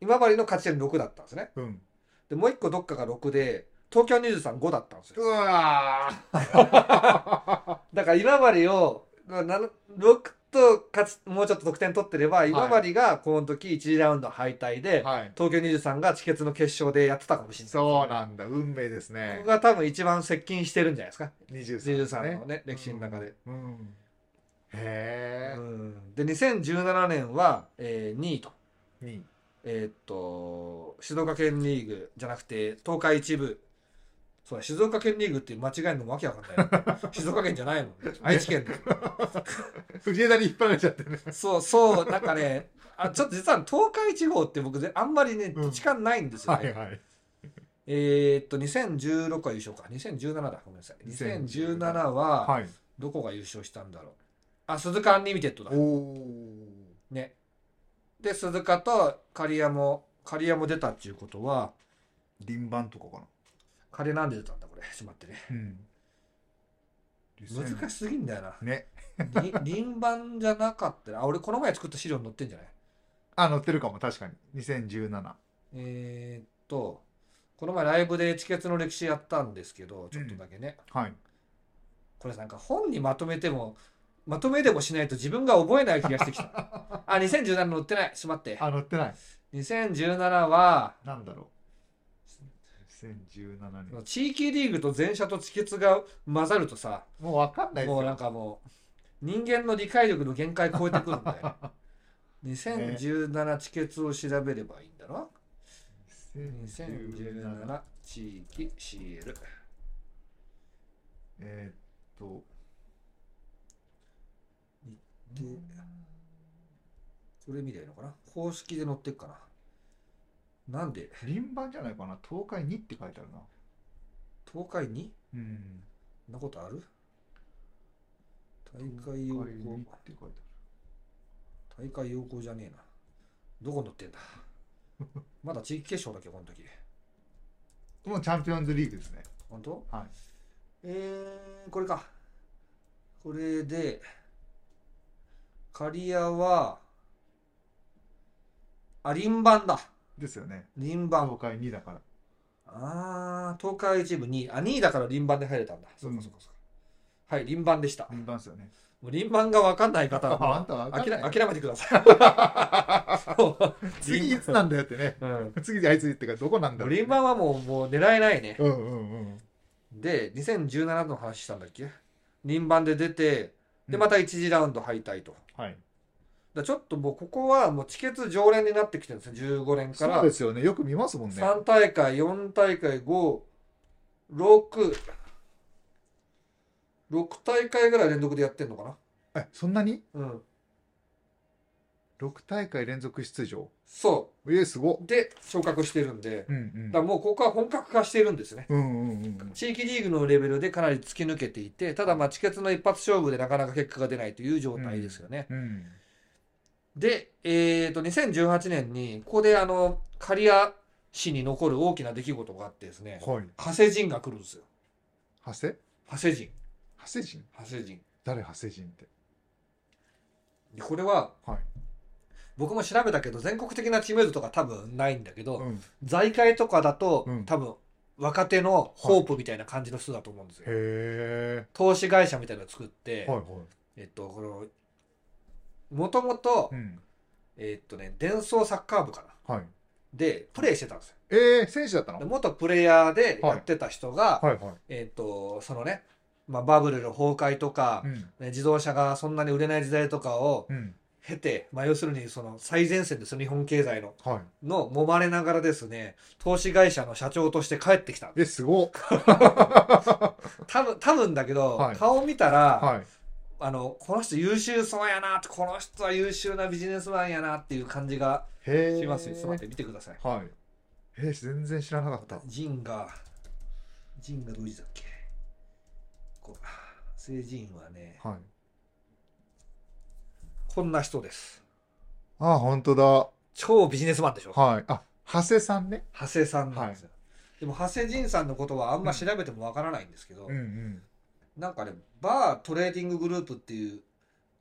[SPEAKER 2] 今治の勝ち点6だったんですね。
[SPEAKER 1] うん。
[SPEAKER 2] で、もう一個どっかが6で、東京235だったんですよ。
[SPEAKER 1] うわ
[SPEAKER 2] だから今治をなな六と勝つもうちょっと得点取ってれば今治がこの時1次ラウンド敗退で、
[SPEAKER 1] はい。
[SPEAKER 2] 東京23が地決の決勝でやってたかもしれない
[SPEAKER 1] そうなんだ。運命です
[SPEAKER 2] こ
[SPEAKER 1] ね
[SPEAKER 2] こ。が多分一番接近してるんじゃないですか
[SPEAKER 1] 23
[SPEAKER 2] 23
[SPEAKER 1] ね
[SPEAKER 2] の。ね歴史の中で、
[SPEAKER 1] うん。うんへえ。
[SPEAKER 2] うんで2017年は、え2位と
[SPEAKER 1] に。
[SPEAKER 2] えーっと静岡県リーグじゃなくて東海一部そうだ静岡県リーグって間違えるのもわけわかん ない静岡県じゃないの愛知県
[SPEAKER 1] 藤枝に引っ張られちゃってね。
[SPEAKER 2] そうそうなんかねあちょっと実は東海地方って僕ぜあんまりね
[SPEAKER 1] うん
[SPEAKER 2] 時間ないんですよね、
[SPEAKER 1] はいはい。
[SPEAKER 2] えーっと2016は優勝か2017だごめんなさい2017は
[SPEAKER 1] はい。
[SPEAKER 2] どこが優勝したんだろう、あ鈴鹿アンリミテッドだ
[SPEAKER 1] おお。
[SPEAKER 2] ね。で、鈴鹿と刈谷も、刈谷も出たっていうことは、
[SPEAKER 1] 輪番とかかな。
[SPEAKER 2] 刈谷なんで出たんだこれ。ちょっと待ってね。
[SPEAKER 1] うん。
[SPEAKER 2] 難しすぎんだよな。
[SPEAKER 1] ね。
[SPEAKER 2] り 輪番じゃなかったら、あ、俺この前作った資料に載ってんじゃない
[SPEAKER 1] あ、乗ってるかも、確かに。2017。
[SPEAKER 2] えー、っと、この前ライブでチケットの歴史やったんですけど、ちょっとだけね。
[SPEAKER 1] はい。
[SPEAKER 2] これなんか本にまとめても、まとめでもしないと自分が覚えない気がしてきた。 あ、2017載ってない。しまって。
[SPEAKER 1] あ、乗ってない。
[SPEAKER 2] 2017は、
[SPEAKER 1] なんだろう。2017年。
[SPEAKER 2] 地域リーグと全社とチケットが混ざるとさ、
[SPEAKER 1] もうわかんないです
[SPEAKER 2] もう
[SPEAKER 1] よ。
[SPEAKER 2] なんかもう人間の理解力の限界超えてくるんだ よ2017チケツを調べればいいんだろ
[SPEAKER 1] 2017。
[SPEAKER 2] 2017地域 CL
[SPEAKER 1] えーっと。
[SPEAKER 2] でこれ見りゃいいのかな公式で載ってっかななんで
[SPEAKER 1] 輪番じゃないかな。東海2って書いてあるな。
[SPEAKER 2] 東海に
[SPEAKER 1] うん。
[SPEAKER 2] そんなことある大
[SPEAKER 1] 東海
[SPEAKER 2] 会要項
[SPEAKER 1] 2って書いて
[SPEAKER 2] 大会要項じゃねえなどこ載って んだまだ地域決勝だっけこの時
[SPEAKER 1] ある。もうチャンピオンズリーグですね。
[SPEAKER 2] 本当
[SPEAKER 1] はい。
[SPEAKER 2] えー、これか。これで、刈谷は、あ、輪番だ。
[SPEAKER 1] ですよね。
[SPEAKER 2] 輪
[SPEAKER 1] 東
[SPEAKER 2] 番。
[SPEAKER 1] 海2だから。
[SPEAKER 2] あー、東海一部2位。あ、2位だから輪番で入れたんだ。そう
[SPEAKER 1] う
[SPEAKER 2] か
[SPEAKER 1] ん
[SPEAKER 2] そうかそうか。はい、輪番でした。
[SPEAKER 1] 輪番ですよね。
[SPEAKER 2] もう輪番が分かんない方
[SPEAKER 1] あ、あ
[SPEAKER 2] は
[SPEAKER 1] んたは
[SPEAKER 2] 諦め、
[SPEAKER 1] ない。
[SPEAKER 2] 諦めてください。
[SPEAKER 1] 次いつなんだよってね。
[SPEAKER 2] うん。
[SPEAKER 1] 次であいつ言ってからどこなんだろ
[SPEAKER 2] もう
[SPEAKER 1] うね、
[SPEAKER 2] 輪番はもう、もう狙えないね。
[SPEAKER 1] うんうんうん。
[SPEAKER 2] で、2017の話したんだっけ輪番で出て、で、また1次ラウンド敗退と。
[SPEAKER 1] はい。
[SPEAKER 2] だからちょっともうここはもうチケツ常連になってきてるんですよ15年か
[SPEAKER 1] そう
[SPEAKER 2] ら
[SPEAKER 1] ですよね。よく見ますもんね。
[SPEAKER 2] 3大会4大会566大会ぐらい連続でやってんのか
[SPEAKER 1] え、そんなに
[SPEAKER 2] なうん
[SPEAKER 1] ?6 大会連続出場。
[SPEAKER 2] そ
[SPEAKER 1] えー、すご
[SPEAKER 2] う。で昇格してるんで
[SPEAKER 1] うん
[SPEAKER 2] だか
[SPEAKER 1] う
[SPEAKER 2] ら
[SPEAKER 1] ん。
[SPEAKER 2] もうここは本格化してるんですね
[SPEAKER 1] うんうんうん。
[SPEAKER 2] 地域リーグのレベルでかなり突き抜けていてただまあチケツの一発勝負でなかなか結果が出ないという状態ですよね、
[SPEAKER 1] うん。
[SPEAKER 2] で、えー、と2018年にここであの刈谷市に残る大きな出来事があってですね、
[SPEAKER 1] はい。
[SPEAKER 2] 長谷陣が来るんですよ。
[SPEAKER 1] 長谷
[SPEAKER 2] 長谷陣。
[SPEAKER 1] 長谷人
[SPEAKER 2] 長谷陣。
[SPEAKER 1] 誰長谷人って。
[SPEAKER 2] でこれは、
[SPEAKER 1] はい
[SPEAKER 2] 僕も調べたけど、全国的な知名度とか多分ないんだけど、
[SPEAKER 1] うん。
[SPEAKER 2] 財界とかだと、
[SPEAKER 1] うん
[SPEAKER 2] 多分、若手のホープみたいな感じの人だと思うんですよ。
[SPEAKER 1] へ
[SPEAKER 2] 投資会社みたいなのを作って、
[SPEAKER 1] え。はいはい。
[SPEAKER 2] えっと、この、もともと
[SPEAKER 1] う、ん。
[SPEAKER 2] えっとね、伝送サッカー部かな。
[SPEAKER 1] はい。
[SPEAKER 2] で、プレーしてたんですよ。
[SPEAKER 1] えー、選手だったの
[SPEAKER 2] で元プレイヤーでやってた人が、
[SPEAKER 1] はいはい。
[SPEAKER 2] えっと、そのね、まあ、バブルの崩壊とか、
[SPEAKER 1] うん。
[SPEAKER 2] ね自動車がそんなに売れない時代とかを、
[SPEAKER 1] うん。
[SPEAKER 2] 経て、まあ、要するにその最前線ですよ日本経済の
[SPEAKER 1] はい。
[SPEAKER 2] の揉まれながらですね投資会社の社長として帰ってきた
[SPEAKER 1] え、す ごっ。
[SPEAKER 2] 多分多分だけど、
[SPEAKER 1] はい
[SPEAKER 2] 顔見たら、
[SPEAKER 1] はい。
[SPEAKER 2] あのこの人優秀そうやなってこの人は優秀なビジネスマンやなっていう感じが
[SPEAKER 1] へえ。
[SPEAKER 2] しますよ、ちょっと待って見てください
[SPEAKER 1] はい。えー、全然知らなかった。
[SPEAKER 2] ジンがジンがどういう字だっけこう聖人はね
[SPEAKER 1] はい。
[SPEAKER 2] こんな人です
[SPEAKER 1] あ、本当だ。
[SPEAKER 2] 超ビジネスマンでしょ
[SPEAKER 1] はい。あ、長谷さんね。
[SPEAKER 2] 長谷さんなんですよ、でも長谷仁さんのことはあんま調べてもわからないんですけど、
[SPEAKER 1] ん
[SPEAKER 2] なんかね、バートレーディンググループっていう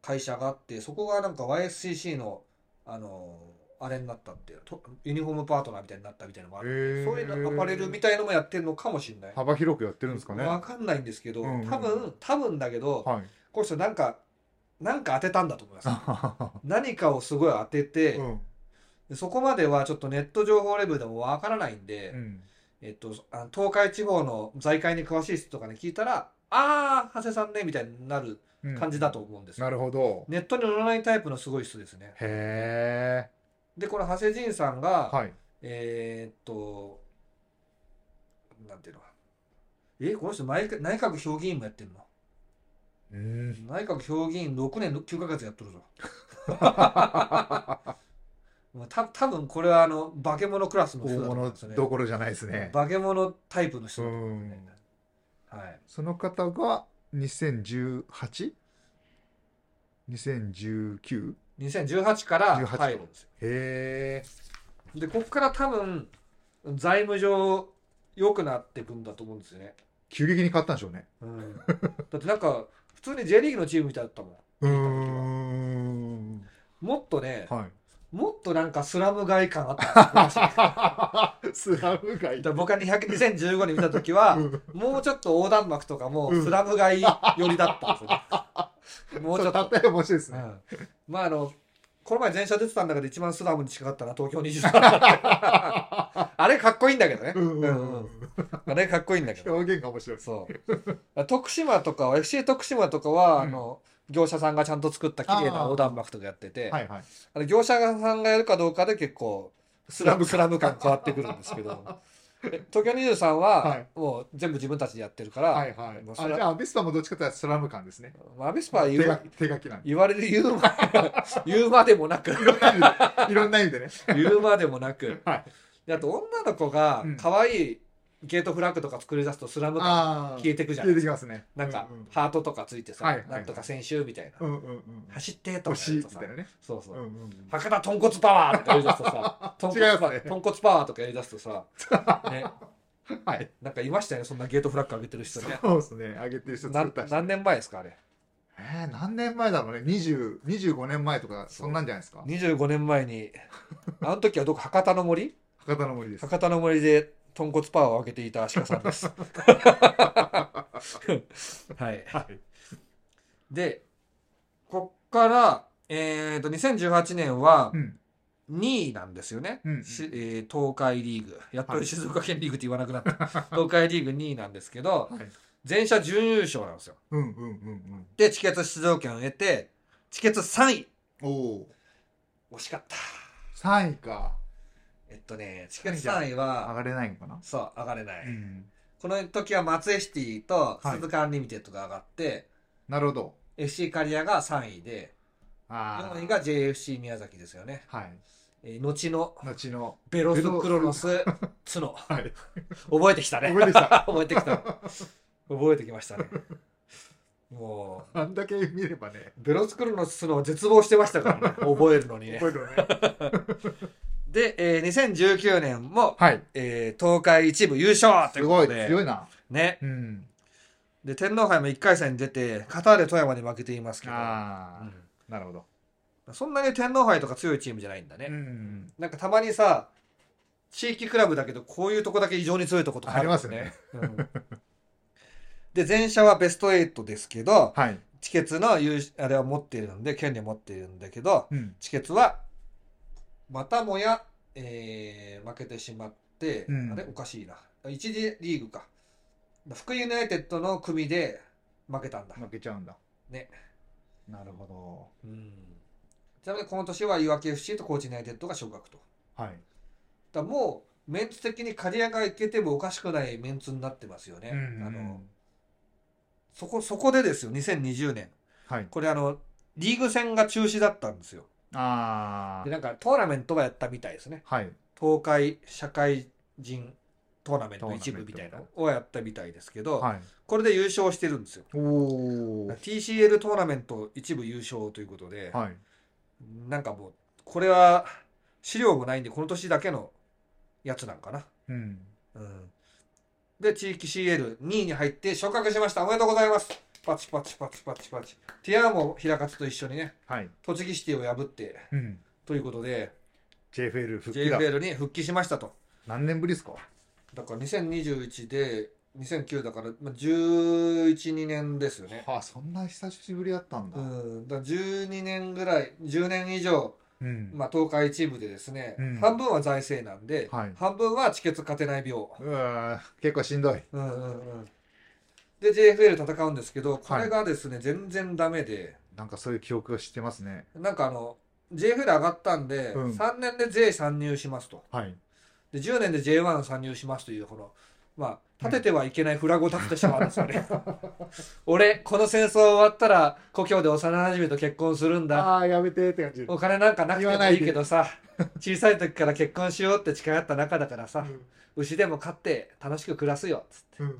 [SPEAKER 2] 会社があって、そこがなんか YSCC の、あのーあれになったっていう、とユニフォームパートナーみたいになったみたいなのもあ
[SPEAKER 1] へ
[SPEAKER 2] る。
[SPEAKER 1] ー
[SPEAKER 2] そういうのアパレルみたいのもやってるのかもしれない。
[SPEAKER 1] 幅広くやってるんですかね。
[SPEAKER 2] わ
[SPEAKER 1] は
[SPEAKER 2] かんないんですけど、
[SPEAKER 1] うんうん
[SPEAKER 2] 多分、多分だけど、
[SPEAKER 1] い。
[SPEAKER 2] この人なんか、なんか当てたんだと思います
[SPEAKER 1] あ
[SPEAKER 2] 何かをすごい当てて、でそこまではちょっとネット情報レベルでもわからないんで、
[SPEAKER 1] うん。
[SPEAKER 2] えっと、あの東海地方の財界に詳しい人とかに聞いたら、あー、長谷さんね、みたいになる
[SPEAKER 1] うん。
[SPEAKER 2] 感じだと思うんです。
[SPEAKER 1] なるほど。
[SPEAKER 2] ネットに載らないタイプのすごい人ですね。
[SPEAKER 1] へえ。
[SPEAKER 2] で、この長谷仁さんが、
[SPEAKER 1] はい。
[SPEAKER 2] えーっと、なんていうのえ、この人内閣、内閣評議員もやってんの
[SPEAKER 1] うん。
[SPEAKER 2] 内閣評議員6年9ヶ月やっ とるぞ。まあた多分これはあの、化け物クラスの
[SPEAKER 1] 大
[SPEAKER 2] 人だと思うん
[SPEAKER 1] 物
[SPEAKER 2] ですよね。
[SPEAKER 1] どころじゃないですね。
[SPEAKER 2] 化け物タイプの人
[SPEAKER 1] う
[SPEAKER 2] だと思うんね。はい。
[SPEAKER 1] その方が 2018?2019?
[SPEAKER 2] 2018から
[SPEAKER 1] 18
[SPEAKER 2] 入るんですよ。
[SPEAKER 1] へえ。
[SPEAKER 2] で、ここから多分、財務上良くなっていくんだと思うんですよね。
[SPEAKER 1] 急激に変わったんでしょうね。
[SPEAKER 2] うん、だってなんか、普通に J リーグのチームみたいだったもん。
[SPEAKER 1] うーん。
[SPEAKER 2] もっとね、
[SPEAKER 1] はい。
[SPEAKER 2] もっとなんかスラム街感あったんですよだか
[SPEAKER 1] スラム街
[SPEAKER 2] ら僕が200 2015年見た時は、もうちょっと横断幕とかも
[SPEAKER 1] うん
[SPEAKER 2] スラム街寄りだったんです よね。もうちょっと。
[SPEAKER 1] 例えば面白いです
[SPEAKER 2] う
[SPEAKER 1] ね。
[SPEAKER 2] ん、まああの、この前全社出てたんだけど一番スラムに近かったな、東京23。あれかっこいいんだけどね。
[SPEAKER 1] うんうんう
[SPEAKER 2] うんんあれかっこいいんだけ ど。
[SPEAKER 1] 表現が面白いです。
[SPEAKER 2] そう。 徳島とかは、FC 徳島とか
[SPEAKER 1] う
[SPEAKER 2] は、
[SPEAKER 1] ん
[SPEAKER 2] あの、業者さんがちゃんと作った綺麗な横断幕とかやってて、
[SPEAKER 1] はいはい。
[SPEAKER 2] あの業者さんがやるかどうかで結構スラム、スラム感変わってくるんですけど、 え東京23
[SPEAKER 1] は
[SPEAKER 2] はいもう全部自分たちでやってるか
[SPEAKER 1] はい
[SPEAKER 2] ら、
[SPEAKER 1] はい
[SPEAKER 2] もう。そ
[SPEAKER 1] あ
[SPEAKER 2] れ
[SPEAKER 1] じゃあ、ビスタもどっちかというとスラム感ですね。
[SPEAKER 2] まあ、アビスパは言
[SPEAKER 1] 手が
[SPEAKER 2] う
[SPEAKER 1] 手書きなんで。
[SPEAKER 2] 言われる言うま、 言うまでもなく、
[SPEAKER 1] いろんな意味でね。
[SPEAKER 2] 言うまでもなく、
[SPEAKER 1] はい。
[SPEAKER 2] であと女の子が
[SPEAKER 1] うん
[SPEAKER 2] 可愛いゲートフラッグとか作り出すとスラム感
[SPEAKER 1] ああ。
[SPEAKER 2] 消えてくじゃん
[SPEAKER 1] 消えてきますね。
[SPEAKER 2] なんか
[SPEAKER 1] うう
[SPEAKER 2] ハートとかついて
[SPEAKER 1] はい
[SPEAKER 2] さ
[SPEAKER 1] は、い
[SPEAKER 2] なんとか選手みたいな。
[SPEAKER 1] うんうんうん。
[SPEAKER 2] 走ってと
[SPEAKER 1] 欲
[SPEAKER 2] かや
[SPEAKER 1] しい
[SPEAKER 2] る
[SPEAKER 1] み
[SPEAKER 2] とさ
[SPEAKER 1] たいなね。
[SPEAKER 2] そうそうう、
[SPEAKER 1] んうんうん。
[SPEAKER 2] 博多豚骨パワーとかやりだすと さ豚骨パ
[SPEAKER 1] 違い
[SPEAKER 2] ワー
[SPEAKER 1] ますね
[SPEAKER 2] 豚骨パワーとかやりだすとさ、ね、
[SPEAKER 1] はい。
[SPEAKER 2] なんかいましたよねそんなゲートフラッグ上げてる人ね
[SPEAKER 1] そうですね。上げてる人作
[SPEAKER 2] な
[SPEAKER 1] った人。
[SPEAKER 2] 何年前ですかあれ
[SPEAKER 1] えー、何年前だろうね。20、25年前とか、そんなんじゃないですか。
[SPEAKER 2] 25年前にあの時はどこ博多の 森
[SPEAKER 1] 博多の森です。
[SPEAKER 2] 博多の森で豚骨パワーを上げていた足利さんです はい
[SPEAKER 1] はい。
[SPEAKER 2] でこっからえっ、と2018年は
[SPEAKER 1] うん。
[SPEAKER 2] 2位なんですよね、
[SPEAKER 1] うんうん
[SPEAKER 2] しえー東海リーグやっと静岡県リーグって言わなくなった、東海リーグ2位なんですけど
[SPEAKER 1] はい。
[SPEAKER 2] 全社準優勝なんですよ
[SPEAKER 1] うんうんうん
[SPEAKER 2] でチケット出場権を得てチケット3位
[SPEAKER 1] うん。おお。
[SPEAKER 2] 惜しかった
[SPEAKER 1] 3位か。
[SPEAKER 2] えっとねチケット3位
[SPEAKER 1] 上
[SPEAKER 2] は
[SPEAKER 1] がれないのかな
[SPEAKER 2] そう上がれない、
[SPEAKER 1] うん。
[SPEAKER 2] この時は松江シティと
[SPEAKER 1] はい
[SPEAKER 2] 鈴鹿アンリミテッドが上がって、
[SPEAKER 1] なるほど。
[SPEAKER 2] FC 刈谷が3位で
[SPEAKER 1] あ
[SPEAKER 2] 4位
[SPEAKER 1] あ。
[SPEAKER 2] が JFC 宮崎ですよね、
[SPEAKER 1] はい。
[SPEAKER 2] えー後の
[SPEAKER 1] 後の。
[SPEAKER 2] ベロスクロノス角
[SPEAKER 1] はい。
[SPEAKER 2] 覚えてきたね
[SPEAKER 1] 覚えてきた
[SPEAKER 2] 覚えてきた覚えてきましたねもう
[SPEAKER 1] あんだけ見ればね。
[SPEAKER 2] ベロスクロノスの絶望してましたからね覚えるのにね
[SPEAKER 1] 覚えるよね。
[SPEAKER 2] で、えー2019年も、
[SPEAKER 1] はい。
[SPEAKER 2] えー東海一部優勝とい
[SPEAKER 1] す
[SPEAKER 2] うこ
[SPEAKER 1] ご
[SPEAKER 2] と
[SPEAKER 1] い。
[SPEAKER 2] で
[SPEAKER 1] 強いな。
[SPEAKER 2] ね
[SPEAKER 1] うん。
[SPEAKER 2] で天皇杯も1回戦に出てカターレ富山に負けていますけど、
[SPEAKER 1] ああ。なるほど。
[SPEAKER 2] うんそんなに天皇杯とか強いチームじゃないんだね、
[SPEAKER 1] うん。
[SPEAKER 2] なんかたまにさ地域クラブだけどこういうとこだけ異常に強いとことか
[SPEAKER 1] ありますね。
[SPEAKER 2] うんで前者はベスト8ですけど
[SPEAKER 1] はい。
[SPEAKER 2] チケツの有あれは持っているんで権利を持っているんだけど
[SPEAKER 1] うん。
[SPEAKER 2] チケツはまたもや、えー負けてしまって、
[SPEAKER 1] うん
[SPEAKER 2] あれおかしいな一次リーグか福井ユナイテッドの組で負けたんだ、
[SPEAKER 1] 負けちゃうんだ。
[SPEAKER 2] ね
[SPEAKER 1] なるほ
[SPEAKER 2] うんちなみにこの年は岩木 FC と高知ユナイテッドが昇格と
[SPEAKER 1] ど。はい。
[SPEAKER 2] だからもうメンツ的に刈谷がいけてもおかしくないメンツになってますよね、あのそこそこでですよ2020年
[SPEAKER 1] はい。
[SPEAKER 2] これあのリーグ戦が中止だったんですよ
[SPEAKER 1] あ
[SPEAKER 2] でなんかトーナメントはやったみたいですね
[SPEAKER 1] あ。はい。
[SPEAKER 2] 東海社会人トーナメント一部みたいなのをやったみたいですけど、
[SPEAKER 1] はい。
[SPEAKER 2] これで優勝してるんですよ
[SPEAKER 1] おお。
[SPEAKER 2] TCL トーナメント一部優勝ということで、
[SPEAKER 1] はい。
[SPEAKER 2] なんかもうこれは資料もないんでこの年だけのやつなんかな、
[SPEAKER 1] うん。
[SPEAKER 2] うん、で地域 CL2 位に入って昇格しましたおめでとうございますパチパチパチパチパチティアーモ平勝と一緒にね
[SPEAKER 1] はい。
[SPEAKER 2] 栃木シティを破って
[SPEAKER 1] うん。
[SPEAKER 2] ということで
[SPEAKER 1] JFL 復帰だ。
[SPEAKER 2] JFL に復帰しましたと
[SPEAKER 1] 何年ぶりですか
[SPEAKER 2] だから2021で2009だから、まあ、112年ですよね
[SPEAKER 1] はあ、そんな久しぶりやったんだ。
[SPEAKER 2] うんだから12年ぐらい10年以上、
[SPEAKER 1] うん
[SPEAKER 2] まあ、東海一部でですね、
[SPEAKER 1] うん
[SPEAKER 2] 半分は財政なんで、
[SPEAKER 1] はい
[SPEAKER 2] 半分は地決勝てない病、
[SPEAKER 1] うわー結構しんどい。
[SPEAKER 2] うんうんうん、で JFL 戦うんですけどこれがですね、全然ダメで
[SPEAKER 1] なんかそういう記憶が知ってますね。
[SPEAKER 2] なんかあの JFL 上がったんで、
[SPEAKER 1] うん
[SPEAKER 2] 3年で J 参入しますと
[SPEAKER 1] はい。
[SPEAKER 2] で10年で J1 参入しますというこのまあ立ててはいけないフラグを立ててしまうんですよね、俺この戦争終わったら故郷で幼馴染と結婚するんだ
[SPEAKER 1] ああ、やめてって感じ。
[SPEAKER 2] お金なんかなくてもいいけどさ、小さい時から結婚しようって誓った仲だからさ、牛でも飼って楽しく暮らすよ、つって。
[SPEAKER 1] うんうん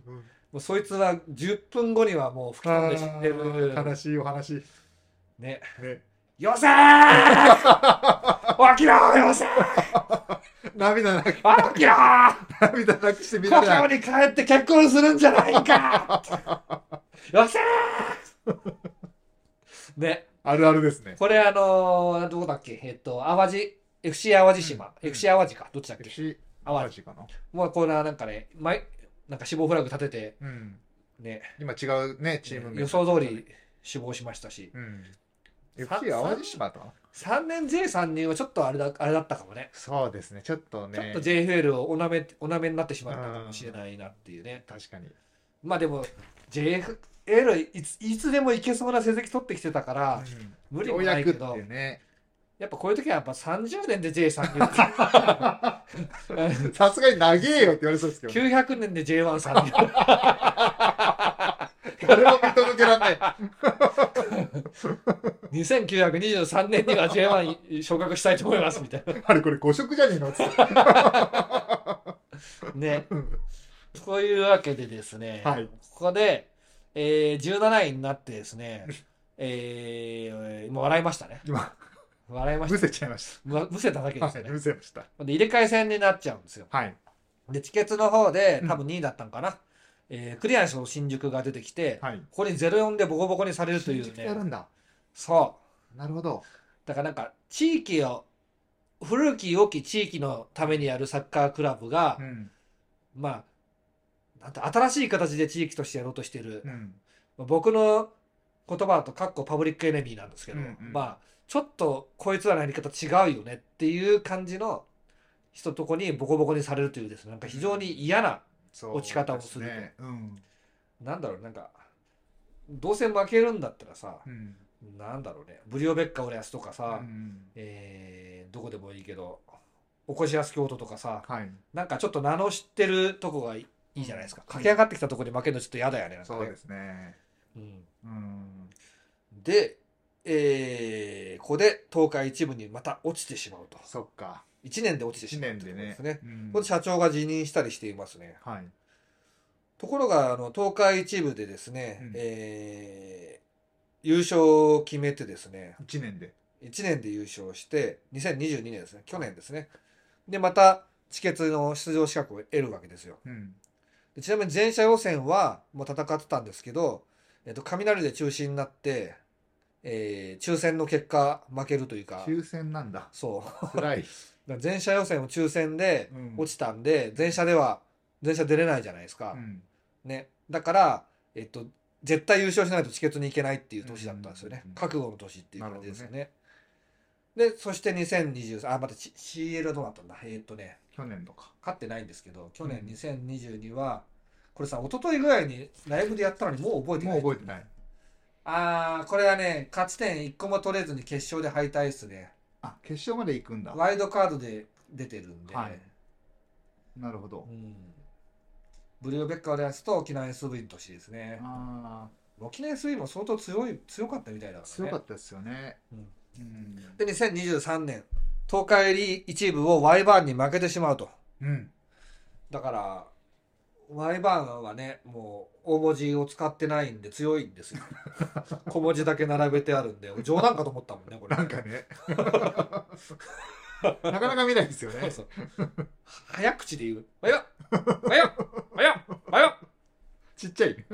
[SPEAKER 2] もうそいつは10分後にはもう吹き飛んで死んで
[SPEAKER 1] あー悲
[SPEAKER 2] る。
[SPEAKER 1] しいお話。ね。
[SPEAKER 2] ね。よせー 起きろーよせー
[SPEAKER 1] 涙なく、
[SPEAKER 2] 起きろー
[SPEAKER 1] 涙なくしてみた
[SPEAKER 2] 故
[SPEAKER 1] ら
[SPEAKER 2] 郷、に帰って結婚するんじゃないか よせー ね。
[SPEAKER 1] あるあるですね。
[SPEAKER 2] これあのー、どこだっけえっと、淡路、FC 淡路島、
[SPEAKER 1] うん
[SPEAKER 2] FC 淡路か、どっちだっけ
[SPEAKER 1] FC、
[SPEAKER 2] 淡路。
[SPEAKER 1] かな。
[SPEAKER 2] まあ、これはなんかね、毎なんか死亡フラグ立てて、
[SPEAKER 1] うん。
[SPEAKER 2] ね、
[SPEAKER 1] 今違うね、チーム名
[SPEAKER 2] 予想通り。死亡しましたし、
[SPEAKER 1] うん。
[SPEAKER 2] さ
[SPEAKER 1] FC 淡路島と
[SPEAKER 2] 3年 J 参入はちょっとあれだあれだったかもね、
[SPEAKER 1] そうですね、ちょっと
[SPEAKER 2] ちょっ
[SPEAKER 1] ね
[SPEAKER 2] と。JFL をおなめおなめになってしまったかもしれないなっていうね、
[SPEAKER 1] 確かに。
[SPEAKER 2] まあでも、JFL いついつでもいけそうな成績取ってきてたから、無理
[SPEAKER 1] よ
[SPEAKER 2] も
[SPEAKER 1] う
[SPEAKER 2] な
[SPEAKER 1] や
[SPEAKER 2] い
[SPEAKER 1] く
[SPEAKER 2] け
[SPEAKER 1] って
[SPEAKER 2] ど、
[SPEAKER 1] いうね。
[SPEAKER 2] やっぱこういう時はやっぱ30年で J 参入、
[SPEAKER 1] さすがに長えよって言われそうですけどね。
[SPEAKER 2] 900年で J1 参入、
[SPEAKER 1] 誰も見届けられ ない。
[SPEAKER 2] 2923年には J1 昇格したいと思いますみたいな。
[SPEAKER 1] あれこれ5色じゃねえのつって。
[SPEAKER 2] ね。というわけでですね、
[SPEAKER 1] はい
[SPEAKER 2] ここで、えー、17位になってですね、えー、もう笑いましたね。
[SPEAKER 1] 今、
[SPEAKER 2] 笑いまし
[SPEAKER 1] む
[SPEAKER 2] た。
[SPEAKER 1] せちゃいまし
[SPEAKER 2] むわ むせただけ
[SPEAKER 1] た。
[SPEAKER 2] で
[SPEAKER 1] は
[SPEAKER 2] す
[SPEAKER 1] い、
[SPEAKER 2] ね。
[SPEAKER 1] むせました。
[SPEAKER 2] で、入れ替え戦になっちゃうんですよ。
[SPEAKER 1] はい。
[SPEAKER 2] で、チケツの方で
[SPEAKER 1] うん
[SPEAKER 2] 多分2位だったんかな。えー、クリアンスの新宿が出てきて、
[SPEAKER 1] はい。
[SPEAKER 2] ここに04でボコボコにされるという
[SPEAKER 1] 新宿でやる
[SPEAKER 2] ね。
[SPEAKER 1] んだ。
[SPEAKER 2] そう。
[SPEAKER 1] なるほど。
[SPEAKER 2] だからなんか、地域を、古き良き地域のためにやるサッカークラブが
[SPEAKER 1] う、ん。
[SPEAKER 2] まあ、なんて新しい形で地域としてやろうとしてる
[SPEAKER 1] う。ん。
[SPEAKER 2] まあ僕の言葉だと、かっこパブリックエネミーなんですけど、
[SPEAKER 1] うんうん
[SPEAKER 2] まあ、ちょっとこいつらのやり方違うよねっていう感じの人とこにボコボコにされるというですね、なんか非常に嫌な、
[SPEAKER 1] そ
[SPEAKER 2] 落ち方をすると
[SPEAKER 1] ですね。うん。
[SPEAKER 2] なんだろう、なんか、どうせ負けるんだったらさ、
[SPEAKER 1] うん。
[SPEAKER 2] なんだろうね、ブリオベッカ・オレアスとかさ、
[SPEAKER 1] うん
[SPEAKER 2] えーどこでもいいけど、おこしやす京都とかさ、
[SPEAKER 1] はい。
[SPEAKER 2] なんかちょっと名の知ってるとこがいいいいじゃないですか。駆け上がってきたとこで負けるのちょっと嫌だよね、なんか
[SPEAKER 1] そうで
[SPEAKER 2] ね。
[SPEAKER 1] すね。
[SPEAKER 2] うん
[SPEAKER 1] うん。
[SPEAKER 2] で、えーここで東海一部にまた落ちてしまうと。
[SPEAKER 1] そっか。
[SPEAKER 2] 1年で落ちてし
[SPEAKER 1] 1
[SPEAKER 2] まう
[SPEAKER 1] 年
[SPEAKER 2] と
[SPEAKER 1] で
[SPEAKER 2] いうこと
[SPEAKER 1] ね
[SPEAKER 2] ですね。。
[SPEAKER 1] うん
[SPEAKER 2] ここで社長が辞任したりしていますね。
[SPEAKER 1] はい。
[SPEAKER 2] ところが、あの、東海一部でですね、
[SPEAKER 1] うん
[SPEAKER 2] えー優勝を決めてですね、
[SPEAKER 1] 1年で。
[SPEAKER 2] 1年で優勝して、2022年ですね、去年ですね。で、また、チケットの出場資格を得るわけですよ。
[SPEAKER 1] うん。
[SPEAKER 2] でちなみに前者予選はもう戦ってたんですけど、えっと、雷で中止になって、えー抽選の結果負けるというか、
[SPEAKER 1] 抽選なんだ。
[SPEAKER 2] そう。だか
[SPEAKER 1] 辛い。
[SPEAKER 2] ら 前者予選を抽選で
[SPEAKER 1] うん
[SPEAKER 2] 落ちたんで、前者では、前者出れないじゃないですか。
[SPEAKER 1] うん。
[SPEAKER 2] ね。だから、えっと、絶対優勝しないとチケットに行けないっていう年だったんですよね。
[SPEAKER 1] うんうんうんうん
[SPEAKER 2] 覚悟の年っていう感じですよ
[SPEAKER 1] な
[SPEAKER 2] ね。で、そして2023、あ、また C- CL はどうなったんだえっとね、
[SPEAKER 1] 去年とか。
[SPEAKER 2] 勝ってないんですけど、去年
[SPEAKER 1] うん
[SPEAKER 2] 2022は、これさ、一昨日ぐらいにライブでやったのにもう覚えてない。
[SPEAKER 1] もう覚えてない。
[SPEAKER 2] あー、これはね、勝ち点1個も取れずに決勝で敗退ですね。
[SPEAKER 1] あ、決勝まで行くんだ。
[SPEAKER 2] ワイドカードで出てるんで、
[SPEAKER 1] はいなるほど
[SPEAKER 2] う。ん、ブリオベッカーレアスと沖縄 SV の年ですね。
[SPEAKER 1] あ
[SPEAKER 2] 沖縄 SV も相当強い強かったみたいだ
[SPEAKER 1] あ、
[SPEAKER 2] から
[SPEAKER 1] 強
[SPEAKER 2] ね。
[SPEAKER 1] かったですよね。
[SPEAKER 2] うん
[SPEAKER 1] うん。
[SPEAKER 2] で、2023年、東海一部をワイバーンに負けてしまうと。
[SPEAKER 1] うん。
[SPEAKER 2] だから、ワイバーンはね、もう大文字を使ってないんで強いんですよ。小文字だけ並べてあるんで、冗談かと思ったもんね、これ。
[SPEAKER 1] なんか ね。なかなか見ないですよ
[SPEAKER 2] そう
[SPEAKER 1] ね。
[SPEAKER 2] そう。早口で言う。わよわよわよわよ
[SPEAKER 1] ちっちゃい。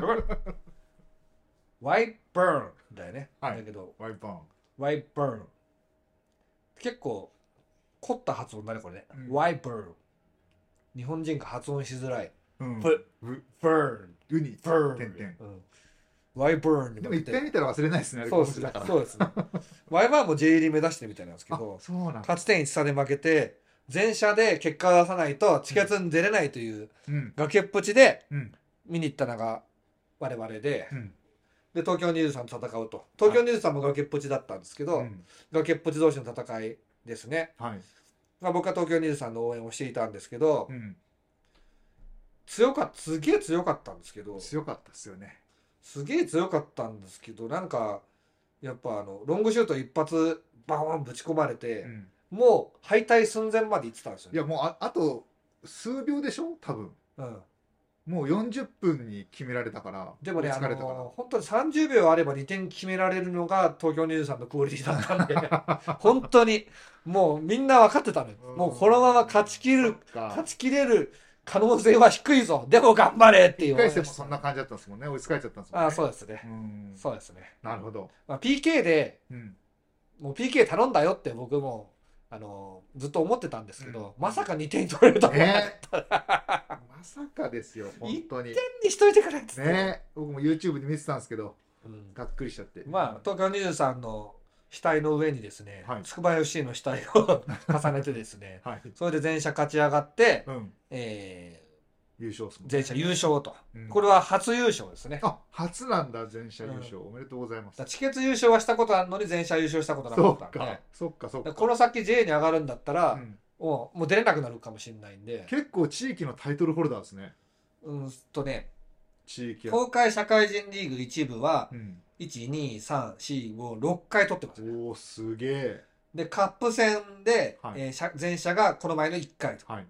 [SPEAKER 2] ワイバーンだよね。
[SPEAKER 1] はい
[SPEAKER 2] だけど、
[SPEAKER 1] ワイパン。
[SPEAKER 2] ワイバーン。結構、凝った発音だね、これね
[SPEAKER 1] う。ん
[SPEAKER 2] ワイバーン。日本人が発音しづらい。
[SPEAKER 1] うん。
[SPEAKER 2] But
[SPEAKER 1] う
[SPEAKER 2] burn,
[SPEAKER 1] ウニ。
[SPEAKER 2] burn.
[SPEAKER 1] てんてん
[SPEAKER 2] うん Why burn?
[SPEAKER 1] でも一回見たら忘れないですね。あれ
[SPEAKER 2] そうですね。そうで すね。ワイバーンも J リーグ目指してるみたいなんですけ
[SPEAKER 1] あ
[SPEAKER 2] ど、
[SPEAKER 1] そうなんだ。
[SPEAKER 2] 勝ち点1差で負けて、全社で結果を出さないと、地下に出れないという
[SPEAKER 1] うん。
[SPEAKER 2] 崖っぷちで
[SPEAKER 1] うん。
[SPEAKER 2] 見に行ったのが我々で、
[SPEAKER 1] うん。
[SPEAKER 2] で、東京23と戦うと。東京23も崖っぷちだったんですけ
[SPEAKER 1] う
[SPEAKER 2] ど、
[SPEAKER 1] ん
[SPEAKER 2] 崖っぷち同士の戦いですね。
[SPEAKER 1] はい。
[SPEAKER 2] まあ、僕は東京23の応援をしていたんですけど、
[SPEAKER 1] うん。
[SPEAKER 2] 強かった、すげえ強かったんですけど、
[SPEAKER 1] 強かったですよね。
[SPEAKER 2] すげえ強かったんですけど、なんか、やっぱあの、ロングシュート一発、バーンぶち込まれて、
[SPEAKER 1] うん。
[SPEAKER 2] もう敗退寸前まで行ってたんですよ
[SPEAKER 1] い
[SPEAKER 2] ね。
[SPEAKER 1] や、もうああと数秒でしょ多分。
[SPEAKER 2] うん、
[SPEAKER 1] もう40分に決められたから。
[SPEAKER 2] でもね、
[SPEAKER 1] 追い
[SPEAKER 2] あ
[SPEAKER 1] つかれたから
[SPEAKER 2] の本当に30秒あれば2点決められるのが東京23のクオリティだった んで、本当に、もうみんな分かってたのよ
[SPEAKER 1] う。ん
[SPEAKER 2] もうこのまま勝ち切
[SPEAKER 1] そ
[SPEAKER 2] る
[SPEAKER 1] っ、か
[SPEAKER 2] 勝ち切れる可能性は低いぞ。でも頑張れっていう
[SPEAKER 1] 一
[SPEAKER 2] 思い
[SPEAKER 1] 回
[SPEAKER 2] でし
[SPEAKER 1] 戦
[SPEAKER 2] た。
[SPEAKER 1] もそんな感じだったんですもんね。追いつかれちゃったんですもんね。
[SPEAKER 2] ああ、そうですね。
[SPEAKER 1] うん。
[SPEAKER 2] そうですね。
[SPEAKER 1] なるほど。
[SPEAKER 2] まあ、PK で、
[SPEAKER 1] うん。
[SPEAKER 2] もう PK 頼んだよって僕も、あのずっと思ってたんですけど、まさか2点取れるとは思わなかっ
[SPEAKER 1] ねまさかですよ、本当に。
[SPEAKER 2] たにしといてくれっつって。
[SPEAKER 1] ね僕も YouTube で見てたんですけど、
[SPEAKER 2] うん
[SPEAKER 1] がっくりしちゃって。
[SPEAKER 2] まあ、東京23の額の上にですね、
[SPEAKER 1] はい
[SPEAKER 2] 筑波 FC の額を 重ねてですね、
[SPEAKER 1] はい。
[SPEAKER 2] それで全社勝ち上がって、
[SPEAKER 1] うん。
[SPEAKER 2] え
[SPEAKER 1] 優勝っすも
[SPEAKER 2] ー
[SPEAKER 1] ん
[SPEAKER 2] 全社優勝と、
[SPEAKER 1] うん
[SPEAKER 2] これは初優勝ですね。だか
[SPEAKER 1] あ、初なんだ、全社優勝。おめでとうございます
[SPEAKER 2] ら。チケット優勝はしたことあるのに全社優勝したことなか
[SPEAKER 1] そ
[SPEAKER 2] ったん
[SPEAKER 1] っ
[SPEAKER 2] で、だ
[SPEAKER 1] か
[SPEAKER 2] か、
[SPEAKER 1] そっか、そっ
[SPEAKER 2] ら
[SPEAKER 1] か。
[SPEAKER 2] この先 J に上がるんだったら、
[SPEAKER 1] うん
[SPEAKER 2] もうもう出れなくなるかもしれないんで、
[SPEAKER 1] 結構地域のタイトルホルダーですね。
[SPEAKER 2] うんとね、
[SPEAKER 1] 地域は。
[SPEAKER 2] 東海社会人リーグ1部は
[SPEAKER 1] う、ん。
[SPEAKER 2] 1、2、3、4、5、6回取ってますね。
[SPEAKER 1] おお、すげえ。
[SPEAKER 2] で、カップ戦で、
[SPEAKER 1] はい
[SPEAKER 2] えー社全社がこの前の1回と。
[SPEAKER 1] はい。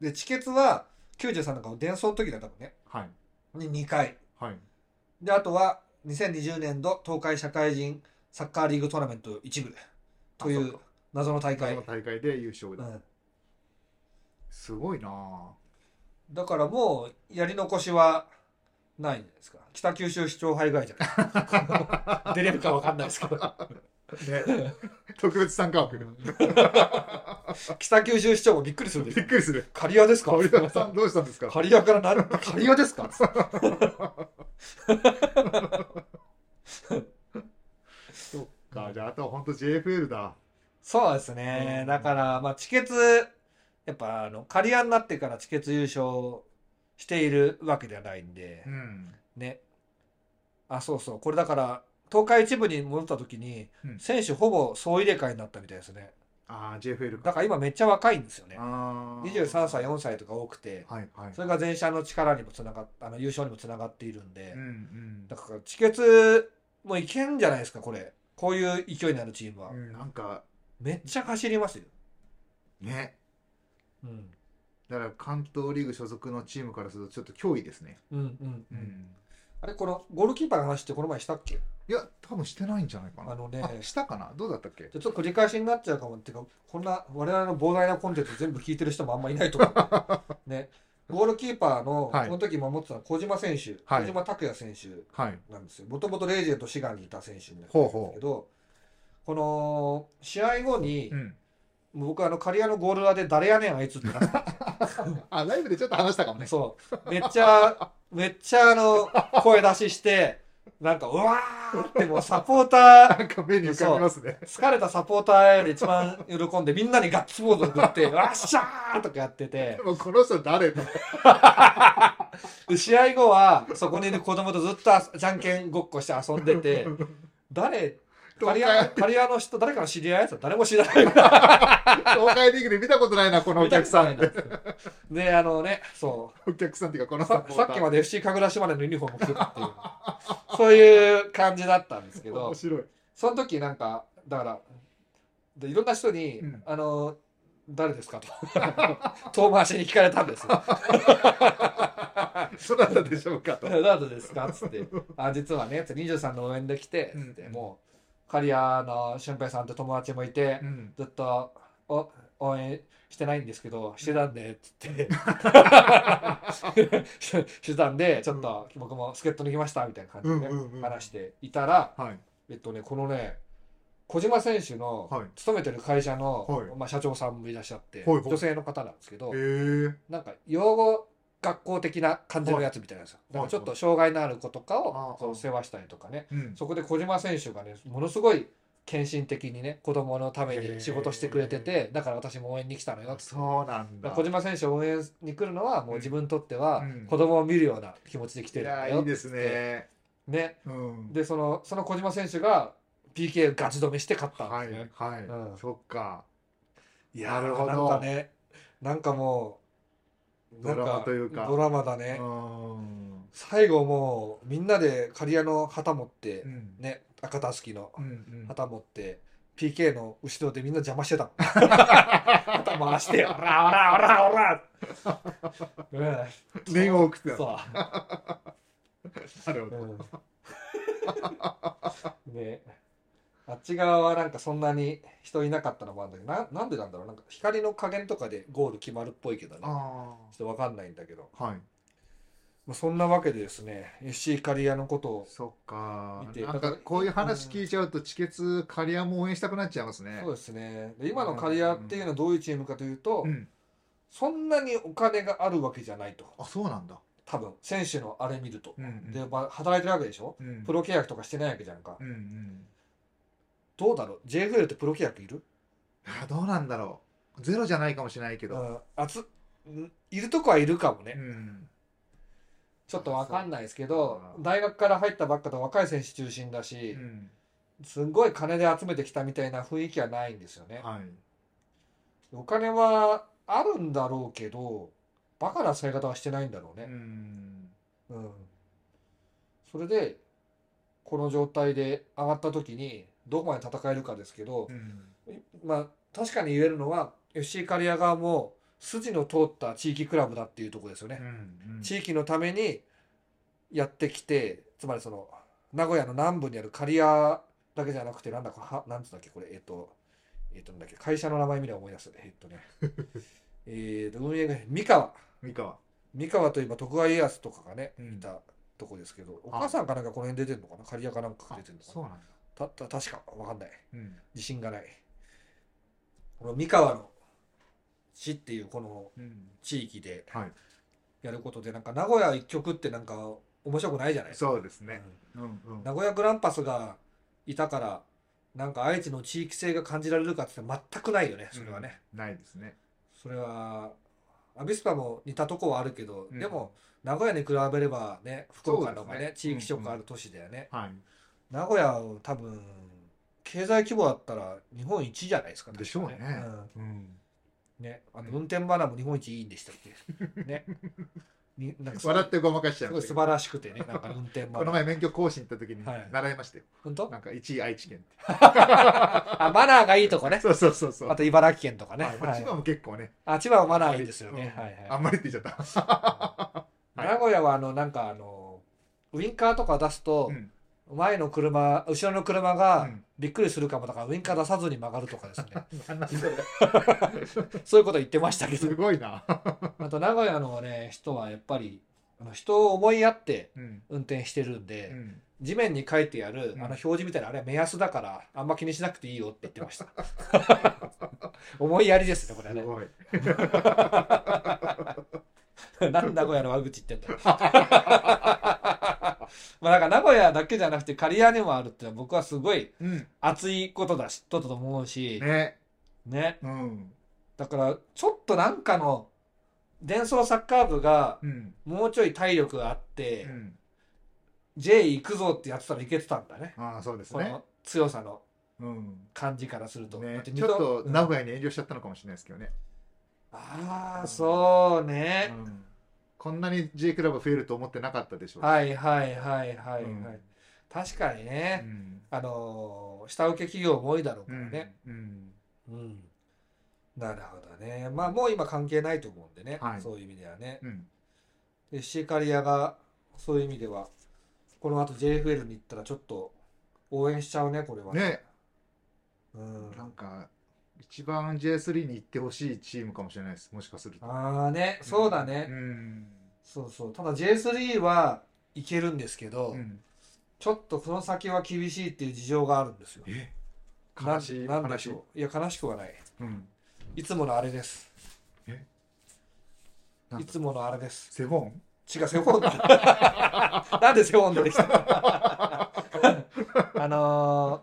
[SPEAKER 2] で、チケツは93なんかの伝送の時だったもんね。
[SPEAKER 1] はい。
[SPEAKER 2] に2回。
[SPEAKER 1] はい。
[SPEAKER 2] で、あとは2020年度東海社会人サッカーリーグトーナメント一部とい
[SPEAKER 1] あそうっか
[SPEAKER 2] 謎の大
[SPEAKER 1] そ
[SPEAKER 2] 会
[SPEAKER 1] の。大会で優勝
[SPEAKER 2] う
[SPEAKER 1] だ。
[SPEAKER 2] ん
[SPEAKER 1] すごいなあ
[SPEAKER 2] だからもうやり残しはないんじゃないですか。北九州市長杯ぐらいじゃない 出れるかわかんないですけど。
[SPEAKER 1] ね。 特別参加枠。
[SPEAKER 2] 北九州市長もびっくりするでし
[SPEAKER 1] び
[SPEAKER 2] ょ
[SPEAKER 1] っ。くりする。
[SPEAKER 2] 刈谷ですか
[SPEAKER 1] 森田さん、どうしたんですか
[SPEAKER 2] 刈谷から何刈谷ですか
[SPEAKER 1] そっか。じゃあ、あとは本当 JFL だ。
[SPEAKER 2] そうですね。
[SPEAKER 1] うん
[SPEAKER 2] だから、まあ、チケツ、やっぱ、あの、刈谷になってからチケツ優勝しているわけではないんで
[SPEAKER 1] う、ん。
[SPEAKER 2] ね。あ、そうそう。これだから、東海一部に戻った時に
[SPEAKER 1] う、ん
[SPEAKER 2] 選手ほぼ総入れ替えになったみたいですね。
[SPEAKER 1] ああ、JFL か。
[SPEAKER 2] だから今めっちゃ若いんですよね。
[SPEAKER 1] ああ。
[SPEAKER 2] 23歳、4歳とか多くて、
[SPEAKER 1] はいはい
[SPEAKER 2] そ。れが全社の力にもつながっあの、優勝にもつながっているんで
[SPEAKER 1] うんう、ん
[SPEAKER 2] だから、チケツもいけんじゃないですか、これ。こういう勢いのあるチームは
[SPEAKER 1] う。ん。なんか、
[SPEAKER 2] めっちゃ走りますよ。
[SPEAKER 1] ね。
[SPEAKER 2] うん。
[SPEAKER 1] だから関東リーグ所属のチームからするとちょっと脅威ですね。
[SPEAKER 2] うんうんう。
[SPEAKER 1] うん
[SPEAKER 2] あれ、このゴールキーパーの話ってこの前したっけ
[SPEAKER 1] いや、多分してないんじゃないかな。
[SPEAKER 2] あのね
[SPEAKER 1] したかなどうだったっけ
[SPEAKER 2] じゃあちょっと繰り返しになっちゃうかもっていうかこんな我々の膨大なコンテンツ全部聞いてる人もあんまいないと思 うねゴールキーパーの、
[SPEAKER 1] はい
[SPEAKER 2] この時守ってたのは小島選手、
[SPEAKER 1] はい
[SPEAKER 2] 小島拓也選手
[SPEAKER 1] はい。
[SPEAKER 2] なんですよもともとレイジェント志願にいた選手なんです
[SPEAKER 1] ほうほ
[SPEAKER 2] けどこの試合後に、
[SPEAKER 1] うん。
[SPEAKER 2] 僕あの刈谷のゴール裏で誰やねんあいつってなってた
[SPEAKER 1] あ、ライブでちょっと話したかもね。
[SPEAKER 2] そうめっ ちゃめっちゃあの声出ししてなんかうわーってもうサポーター
[SPEAKER 1] なんか目に浮かびますね。
[SPEAKER 2] 疲れたサポーターより一番喜んでみんなにガッツポーズを送って「わっしゃー!」とかやってて
[SPEAKER 1] でもこの人誰だ
[SPEAKER 2] で試合後はそこにいる子供とずっとあじゃんけんごっこして遊んでて誰カリアカリアの人誰かの知り合いやつは誰も知らないな
[SPEAKER 1] 東海リーグで見たことないな、このお客さん。
[SPEAKER 2] であのねそ
[SPEAKER 1] お客さんっていうか、こ
[SPEAKER 2] う
[SPEAKER 1] のサ
[SPEAKER 2] さ
[SPEAKER 1] ポータ
[SPEAKER 2] さ
[SPEAKER 1] ー。
[SPEAKER 2] っきまで FC 神楽島根のユニフォーム着てたっていうそういう感じだったんですけど
[SPEAKER 1] 面白い。
[SPEAKER 2] その時なんかだからでいろんな人に「
[SPEAKER 1] うん
[SPEAKER 2] あの誰ですか?」と 遠回しに聞かれたんですよ
[SPEAKER 1] そうだったでしょうかと。
[SPEAKER 2] どうですか?」っつって「あ実はね」つって23の応援で来て」
[SPEAKER 1] うん
[SPEAKER 2] つってもう刈谷の俊平さんと友達もいて、
[SPEAKER 1] うん。
[SPEAKER 2] ずっとお応援してないんですけどしてたんでっつって してたんでちょっと僕も助っ人に来ましたみたいな感じでね、
[SPEAKER 1] うんうんうん
[SPEAKER 2] 話していたら
[SPEAKER 1] はい。
[SPEAKER 2] えっとねこのね小島選手の
[SPEAKER 1] はい
[SPEAKER 2] 勤めてる会社の、
[SPEAKER 1] はい
[SPEAKER 2] まあ、社長さんもいらっしゃって、
[SPEAKER 1] はいはい
[SPEAKER 2] 女性の方なんですけど、
[SPEAKER 1] ええ。
[SPEAKER 2] なんか養護学校的な感じのやつみたいなやつだからちょっ
[SPEAKER 1] は
[SPEAKER 2] と障害のある子とか
[SPEAKER 1] ああ
[SPEAKER 2] をこう世話したりとかね
[SPEAKER 1] うん
[SPEAKER 2] そこで小島選手がねものすごい献身的にね子供のために仕事してくれててだから私も応援に来たのよっつって
[SPEAKER 1] そうなんだ
[SPEAKER 2] 小島選手を応援に来るのはもう自分にとっては
[SPEAKER 1] うん
[SPEAKER 2] 子供を見るような気持ちで来て
[SPEAKER 1] い
[SPEAKER 2] るん
[SPEAKER 1] や
[SPEAKER 2] だよ
[SPEAKER 1] いいですね
[SPEAKER 2] ね
[SPEAKER 1] うん
[SPEAKER 2] でそのその小島選手が PK ガチ止めして勝ったん
[SPEAKER 1] は
[SPEAKER 2] です
[SPEAKER 1] い
[SPEAKER 2] ね、
[SPEAKER 1] はい、
[SPEAKER 2] うん
[SPEAKER 1] そっかいやー
[SPEAKER 2] なるほ
[SPEAKER 1] な
[SPEAKER 2] ど
[SPEAKER 1] ん
[SPEAKER 2] なん
[SPEAKER 1] か
[SPEAKER 2] か
[SPEAKER 1] ね
[SPEAKER 2] ねなんかもうなん
[SPEAKER 1] ドラマというか
[SPEAKER 2] ドラマだね、
[SPEAKER 1] うん
[SPEAKER 2] 最後もうみんなで刈谷の旗持って、
[SPEAKER 1] うん
[SPEAKER 2] ね赤たすきの
[SPEAKER 1] うんうん
[SPEAKER 2] 旗持って PK の後ろでみんな邪 魔してたもん旗回して「オラオラオラオラ」うん
[SPEAKER 1] 念を送ってた
[SPEAKER 2] そ
[SPEAKER 1] なるほ
[SPEAKER 2] う、
[SPEAKER 1] ど
[SPEAKER 2] うん、ねあっち側はなんかそんなに人いなかったのもあるんだけどななんでなんだろうなんか光の加減とかでゴール決まるっぽいけどねちょ
[SPEAKER 1] あ
[SPEAKER 2] っとわかんないんだけど、
[SPEAKER 1] あはい
[SPEAKER 2] まあ、そんなわけでですね FC 刈谷のことを
[SPEAKER 1] そっか
[SPEAKER 2] 見て
[SPEAKER 1] なんかこういう話聞いちゃうとチケツ刈谷も応援したくなっちゃいますね
[SPEAKER 2] そうですねで今の刈谷っていうのはどういうチームかというと、
[SPEAKER 1] うん
[SPEAKER 2] そんなにお金があるわけじゃないと
[SPEAKER 1] あそうなんだ
[SPEAKER 2] 多分選手のあれ見ると、
[SPEAKER 1] うんうん
[SPEAKER 2] で、まあ、働いてるわけでしょ、
[SPEAKER 1] うん
[SPEAKER 2] プロ契約とかしてないわけじゃんか、
[SPEAKER 1] うんうん
[SPEAKER 2] どうだろう JFL ってプロ契約いる
[SPEAKER 1] あどうなんだろうゼロじゃないかもしれないけ
[SPEAKER 2] う
[SPEAKER 1] ど
[SPEAKER 2] んあつんいるとこはいるかもね、
[SPEAKER 1] うん
[SPEAKER 2] ちょっとわかんないですけど
[SPEAKER 1] そう
[SPEAKER 2] 大学から入ったばっかと若い選手中心だ
[SPEAKER 1] う
[SPEAKER 2] し、
[SPEAKER 1] ん
[SPEAKER 2] すんごい金で集めてきたみたいな雰囲気はないんですよね、
[SPEAKER 1] はい
[SPEAKER 2] お金はあるんだろうけどバカな使い方はしてないんだろうね、
[SPEAKER 1] うん
[SPEAKER 2] うん、それでこの状態で上がった時にどこまで戦えるかですけど
[SPEAKER 1] う、ん
[SPEAKER 2] まあ確かに言えるのは FC 刈谷側も筋の通った地域クラブだっていうところですよね
[SPEAKER 1] う、ん
[SPEAKER 2] 地域のためにやってきてつまりその名古屋の南部にある刈谷だけじゃなくてなんだこれはなんつうんだっけこれえっとえっとなんだっけ会社の名前見れば思い出すえっ とねえっと運営が三河
[SPEAKER 1] 三河
[SPEAKER 2] 三河といえば徳川家康とかがね、
[SPEAKER 1] うん
[SPEAKER 2] いたとこですけど、お母さんかなんかこの辺出てんのかな刈谷かなんか出てんのか
[SPEAKER 1] そう
[SPEAKER 2] な
[SPEAKER 1] なんだ
[SPEAKER 2] たた確かわかんない。
[SPEAKER 1] うん
[SPEAKER 2] 自信がない。この三河の市っていうこの
[SPEAKER 1] うん
[SPEAKER 2] 地域で
[SPEAKER 1] はい
[SPEAKER 2] やることで、なんか名古屋一局ってなんか面白くないじゃないですか。
[SPEAKER 1] そうですね
[SPEAKER 2] うん
[SPEAKER 1] うんうん
[SPEAKER 2] 名古屋グランパスがいたから、なんか愛知の地域性が感じられるかって言ったら全くないよね、それはね。
[SPEAKER 1] うんないですね
[SPEAKER 2] それはアビスパも似たとこはあるけど、
[SPEAKER 1] うん
[SPEAKER 2] でも名古屋に比べればね福岡の方が
[SPEAKER 1] そう
[SPEAKER 2] ね
[SPEAKER 1] ですね
[SPEAKER 2] 地域色ある都市だよね、
[SPEAKER 1] はい
[SPEAKER 2] 名古屋は多分経済規模だったら日本一じゃないですか
[SPEAKER 1] でしょうね
[SPEAKER 2] 確か
[SPEAKER 1] うん
[SPEAKER 2] うんねあ
[SPEAKER 1] う
[SPEAKER 2] の
[SPEAKER 1] ん
[SPEAKER 2] 運転マナーも日本一いいんでしたっ けねになんかすごい
[SPEAKER 1] 笑ってごまかしちゃ
[SPEAKER 2] す
[SPEAKER 1] う
[SPEAKER 2] ごい素晴らしくてねなんか運転 マ
[SPEAKER 1] この
[SPEAKER 2] ナー
[SPEAKER 1] 前免許更新行った時に
[SPEAKER 2] はい
[SPEAKER 1] 習いましたよ
[SPEAKER 2] 本当
[SPEAKER 1] なんか1位愛知県って
[SPEAKER 2] あマナーがいいとこね
[SPEAKER 1] そうそうそうそう
[SPEAKER 2] あと茨城県とかね、
[SPEAKER 1] はいまあ
[SPEAKER 2] はい
[SPEAKER 1] 千葉も結構ね
[SPEAKER 2] あ千葉はマナーいいですよね、
[SPEAKER 1] うん
[SPEAKER 2] はいはい
[SPEAKER 1] あんまりって言っちゃったはい
[SPEAKER 2] 名古 屋はあのなんかあのウインカーとか出すと、
[SPEAKER 1] うん
[SPEAKER 2] 前の車後ろの車
[SPEAKER 1] う
[SPEAKER 2] が
[SPEAKER 1] ん
[SPEAKER 2] びっくりするかもだからウインカー出さずに曲がるとかですね
[SPEAKER 1] なんだそれ
[SPEAKER 2] そういうこと言ってましたけ
[SPEAKER 1] す
[SPEAKER 2] ど
[SPEAKER 1] ごいな
[SPEAKER 2] あと名古屋のね人はやっぱりあの人を思いやって
[SPEAKER 1] うん
[SPEAKER 2] 運転してるんで、
[SPEAKER 1] うん
[SPEAKER 2] 地面に書いてあ
[SPEAKER 1] う
[SPEAKER 2] るあ
[SPEAKER 1] ん
[SPEAKER 2] の表示みたいなあれは目安だからあんま気にしなくていいよって言ってました 思いやりですねこれは
[SPEAKER 1] すごい
[SPEAKER 2] ね なんで名古屋の悪口言ってんだ よまあなんか名古屋だけじゃなくて刈谷にもあるってのは僕はすごい
[SPEAKER 1] うん
[SPEAKER 2] 熱いことだしとっとと思うし、
[SPEAKER 1] ね
[SPEAKER 2] ね
[SPEAKER 1] うん
[SPEAKER 2] だからちょっとなんかの伝送サッカー部が
[SPEAKER 1] うん
[SPEAKER 2] もうちょい体力があって、
[SPEAKER 1] うん
[SPEAKER 2] J 行くぞってやってたらいけてたんだね
[SPEAKER 1] ああそうです
[SPEAKER 2] こ
[SPEAKER 1] ね
[SPEAKER 2] の強さの
[SPEAKER 1] うん
[SPEAKER 2] 感じからすると、だ
[SPEAKER 1] ね
[SPEAKER 2] て
[SPEAKER 1] ちょっと名
[SPEAKER 2] うん
[SPEAKER 1] 古屋に遠慮しちゃったのかもしれないですけどね
[SPEAKER 2] ああそうね、
[SPEAKER 1] うんこんなに J クラブ増えると思ってなかったでしょう
[SPEAKER 2] はいはいはいはいはい、
[SPEAKER 1] うん
[SPEAKER 2] 確かに
[SPEAKER 1] う
[SPEAKER 2] ね、
[SPEAKER 1] ん
[SPEAKER 2] あのー下請け企業も多いだろう
[SPEAKER 1] う
[SPEAKER 2] から
[SPEAKER 1] ん
[SPEAKER 2] ね
[SPEAKER 1] うん
[SPEAKER 2] うん、なるほどねまあもう今関係ないと思うんでね、
[SPEAKER 1] はい
[SPEAKER 2] そういう意味ではね、
[SPEAKER 1] うん
[SPEAKER 2] でシーカリアがそういう意味ではこの後 JFL に行ったらちょっと応援しちゃうねこれは
[SPEAKER 1] ね
[SPEAKER 2] うん、
[SPEAKER 1] なんか一番 J3 に行ってほしいチームかもしれないですもしかすると
[SPEAKER 2] ああねそうだね、
[SPEAKER 1] うん
[SPEAKER 2] そうそうただ J3 はいけるんですけど、
[SPEAKER 1] うん
[SPEAKER 2] ちょっとこの先は厳しいっていう事情があるんですよ
[SPEAKER 1] え
[SPEAKER 2] な
[SPEAKER 1] 悲しい
[SPEAKER 2] なん
[SPEAKER 1] 悲
[SPEAKER 2] で
[SPEAKER 1] し
[SPEAKER 2] し
[SPEAKER 1] い
[SPEAKER 2] ょういや悲しくはない
[SPEAKER 1] うん
[SPEAKER 2] いつものあれです
[SPEAKER 1] えなん
[SPEAKER 2] い
[SPEAKER 1] だ
[SPEAKER 2] つものあれです
[SPEAKER 1] セボン
[SPEAKER 2] 違う、セコンダ。 なんでセコンダできたのあの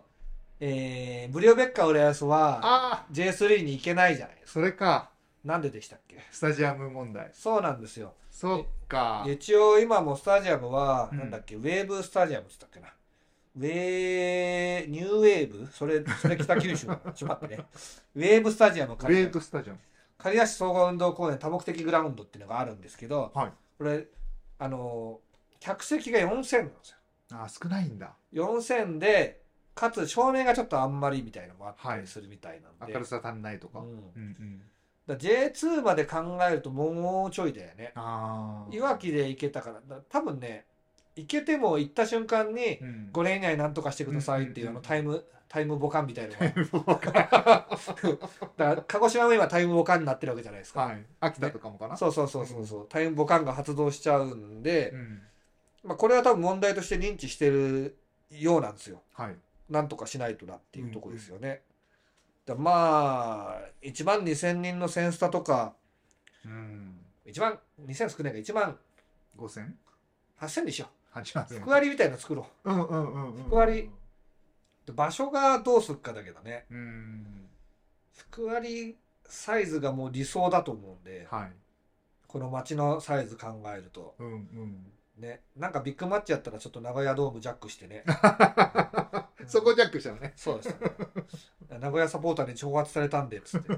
[SPEAKER 2] ー、えー、ブリオベッカ・浦安は
[SPEAKER 1] ああ
[SPEAKER 2] J3 に行けないじゃないです
[SPEAKER 1] そ
[SPEAKER 2] か。
[SPEAKER 1] れか
[SPEAKER 2] なんででしたっけ
[SPEAKER 1] スタジアム問題
[SPEAKER 2] そうなんですよ。
[SPEAKER 1] そっか
[SPEAKER 2] 一応今もスタジアムは、
[SPEAKER 1] うん
[SPEAKER 2] なんだっけ、ウェーブスタジアムって言ったっけな。ウェー、ニューウェーブそれ、それ北九州。ちょっと待 ってね。ウェーブスタジアム
[SPEAKER 1] ウ
[SPEAKER 2] 借
[SPEAKER 1] ェ
[SPEAKER 2] り
[SPEAKER 1] ーブスタジアム
[SPEAKER 2] 刈谷市総合運動公園多目的グラウンドっていうのがあるんですけど、
[SPEAKER 1] はい
[SPEAKER 2] これ、あのー客席が4000なんですよ。
[SPEAKER 1] ああ少ないんだ
[SPEAKER 2] 4000でかつ照明がちょっとあんまりみたいのもあったりするみたいなんで、
[SPEAKER 1] 明るさ足んないと
[SPEAKER 2] う
[SPEAKER 1] か
[SPEAKER 2] ん、
[SPEAKER 1] うんうん
[SPEAKER 2] だ J2 まで考えるともうちょいだよね
[SPEAKER 1] ああ
[SPEAKER 2] いわきで行けたからだ多分ね行けても行った瞬間に
[SPEAKER 1] うん
[SPEAKER 2] 5年以内なんとかしてくださいっていう
[SPEAKER 1] う
[SPEAKER 2] あ
[SPEAKER 1] んうんうん
[SPEAKER 2] のタイムタイムボカンみたいなのがだから鹿児島も今タイムボカンになってるわけじゃないですか、
[SPEAKER 1] はい秋田とかもかな
[SPEAKER 2] そうそうそうそうそうタイムボカンが発動しちゃうんで、
[SPEAKER 1] うん
[SPEAKER 2] まあ、これは多分問題として認知してるようなんですよ
[SPEAKER 1] はい
[SPEAKER 2] なんとかしないとなっていうとこですよね。だまあ1万2,000人のセンスタとか
[SPEAKER 1] うん
[SPEAKER 2] 1万2,000少ないから1万
[SPEAKER 1] 5000
[SPEAKER 2] 8,000でしょ
[SPEAKER 1] 八万
[SPEAKER 2] 福割りみたいなの作ろう
[SPEAKER 1] うんうんうんうん
[SPEAKER 2] 福割で場所がどうするかだけどね
[SPEAKER 1] うん
[SPEAKER 2] 福割サイズがもう理想だと思うんで
[SPEAKER 1] はい
[SPEAKER 2] この街のサイズ考えると
[SPEAKER 1] うんうん
[SPEAKER 2] ねなんかビッグマッチやったらちょっと名古屋ドームジャックしてねうん
[SPEAKER 1] そこジャックしたのね
[SPEAKER 2] そうでした、ね、 名古屋サポーターに挑発されたんで、つって。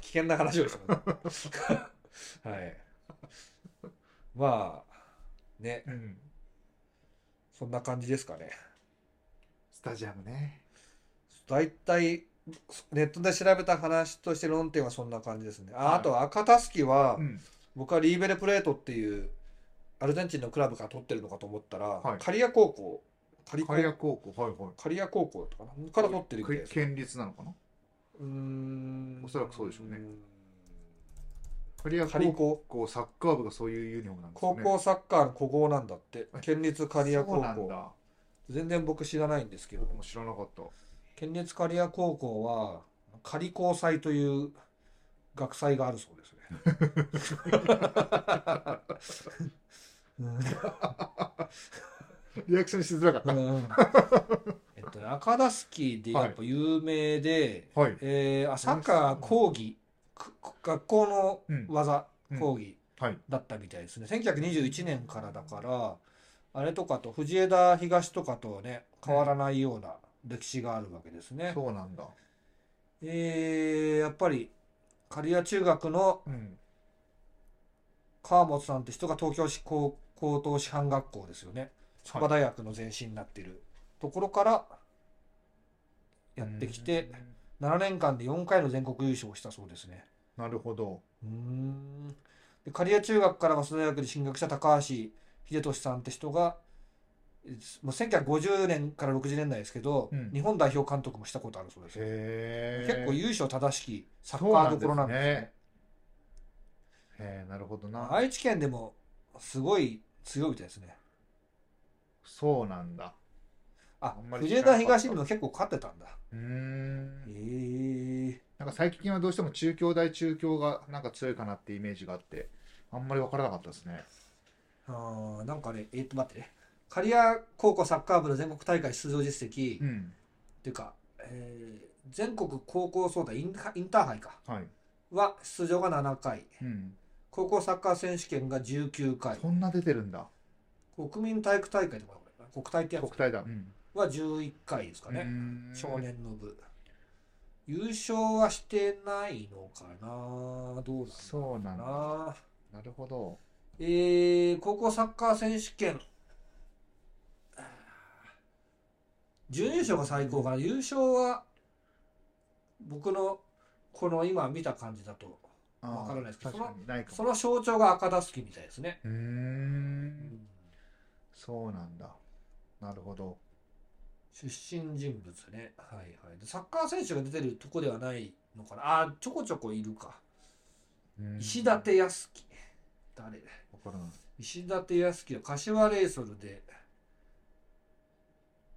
[SPEAKER 2] 危険な話をしたの。 はい。まあ、ね、
[SPEAKER 1] うん
[SPEAKER 2] そんな感じですかね。
[SPEAKER 1] スタジアムね
[SPEAKER 2] 大体、ネットで調べた話として論点はそんな感じですね。あ,、
[SPEAKER 1] はい
[SPEAKER 2] あと、赤タスキは、
[SPEAKER 1] うん
[SPEAKER 2] 僕はリーベルプレートっていう、アルゼンチンのクラブから取ってるのかと思ったら、
[SPEAKER 1] はい
[SPEAKER 2] 刈谷高校、刈
[SPEAKER 1] 刈
[SPEAKER 2] 谷
[SPEAKER 1] 谷
[SPEAKER 2] 高
[SPEAKER 1] 高校はいはい
[SPEAKER 2] 刈谷高校だったかなから取ってるみたいですね
[SPEAKER 1] 県立なのかな
[SPEAKER 2] うーん
[SPEAKER 1] おそらくそうでしょうね
[SPEAKER 2] ん
[SPEAKER 1] 刈谷
[SPEAKER 2] 仮
[SPEAKER 1] 高校
[SPEAKER 2] 高
[SPEAKER 1] サッカー部がそういうユニフォームなんですね
[SPEAKER 2] 高校サッカーの古豪なんだって
[SPEAKER 1] え
[SPEAKER 2] 県立刈谷
[SPEAKER 1] そう
[SPEAKER 2] 高
[SPEAKER 1] なん
[SPEAKER 2] 校
[SPEAKER 1] だ
[SPEAKER 2] 全然僕知らないんですけど
[SPEAKER 1] 僕も知らなか った
[SPEAKER 2] 県立刈谷高校は仮高祭という学祭があるそう ですね
[SPEAKER 1] リアクションしづらかっ
[SPEAKER 2] う
[SPEAKER 1] た
[SPEAKER 2] んうんえっとね赤田スキーでやっぱ有名で、
[SPEAKER 1] はい
[SPEAKER 2] えー、サッカー講義くく学校の
[SPEAKER 1] うん
[SPEAKER 2] 技、
[SPEAKER 1] うん
[SPEAKER 2] 講義
[SPEAKER 1] はい
[SPEAKER 2] だったみたいですね1921年からだからあれとかと藤枝東とかとはね変わらないような歴史があるわけですね、
[SPEAKER 1] そうなんだ
[SPEAKER 2] えー、やっぱり刈谷中学の
[SPEAKER 1] うん
[SPEAKER 2] 川本さんって人が東京市高高等師範学校ですよね筑波大学の前身になってるところからやってきて7年間で4回の全国優勝をしたそうですね
[SPEAKER 1] なるほど
[SPEAKER 2] うーんで刈谷中学から早稲田大学に進学した高橋秀俊さんって人がえもう1950年から60年代ですけど、
[SPEAKER 1] うん
[SPEAKER 2] 日本代表監督もしたことあるそうですよ
[SPEAKER 1] へえ
[SPEAKER 2] 結構優勝正しきサ
[SPEAKER 1] そ
[SPEAKER 2] ッ
[SPEAKER 1] う
[SPEAKER 2] カ
[SPEAKER 1] な
[SPEAKER 2] ー
[SPEAKER 1] ん
[SPEAKER 2] どころなんですね
[SPEAKER 1] ねへえなるほどな
[SPEAKER 2] 愛知県でもすごい強いみたいですね
[SPEAKER 1] そうなんだ
[SPEAKER 2] あ
[SPEAKER 1] あんまり
[SPEAKER 2] 藤枝東にも結構勝ってたんだ
[SPEAKER 1] うーん
[SPEAKER 2] へえ
[SPEAKER 1] なんか最近はどうしても中京大中京がなんか強いかなってイメージがあってあんまり分からなかったですね
[SPEAKER 2] あーなんかねえっと待ってね刈谷高校サッカー部の全国大会出場実績、
[SPEAKER 1] う
[SPEAKER 2] っ
[SPEAKER 1] ん
[SPEAKER 2] ていうか、えー全国高校総体インインターハイか
[SPEAKER 1] はい
[SPEAKER 2] は出場が7回
[SPEAKER 1] うん
[SPEAKER 2] 高校サッカー選手権が19回
[SPEAKER 1] そんな出てるんだ
[SPEAKER 2] 国民体育大会とかこれ国体ってや
[SPEAKER 1] 国
[SPEAKER 2] つ
[SPEAKER 1] 体だうん
[SPEAKER 2] は11回ですか
[SPEAKER 1] う
[SPEAKER 2] ね
[SPEAKER 1] ーん
[SPEAKER 2] 少年の部優勝はしてないのかなどうなん
[SPEAKER 1] そうなん
[SPEAKER 2] だろう
[SPEAKER 1] だ
[SPEAKER 2] な
[SPEAKER 1] なるほど
[SPEAKER 2] えー、高校サッカー選手権あー準優勝が最高かな優勝は僕のこの今見た感じだと
[SPEAKER 1] あー
[SPEAKER 2] わからないですけど
[SPEAKER 1] 確かにないか
[SPEAKER 2] そ
[SPEAKER 1] も
[SPEAKER 2] の象徴が赤ダスキみたいですね、
[SPEAKER 1] うーんそうなんだなるほど
[SPEAKER 2] 出身人物ね。はいはい。でサッカー選手が出てるとこではないのかな。あー、ちょこちょこいるか。
[SPEAKER 1] うん
[SPEAKER 2] 石立康樹。誰
[SPEAKER 1] わからない
[SPEAKER 2] 石立康樹は柏レイソルで、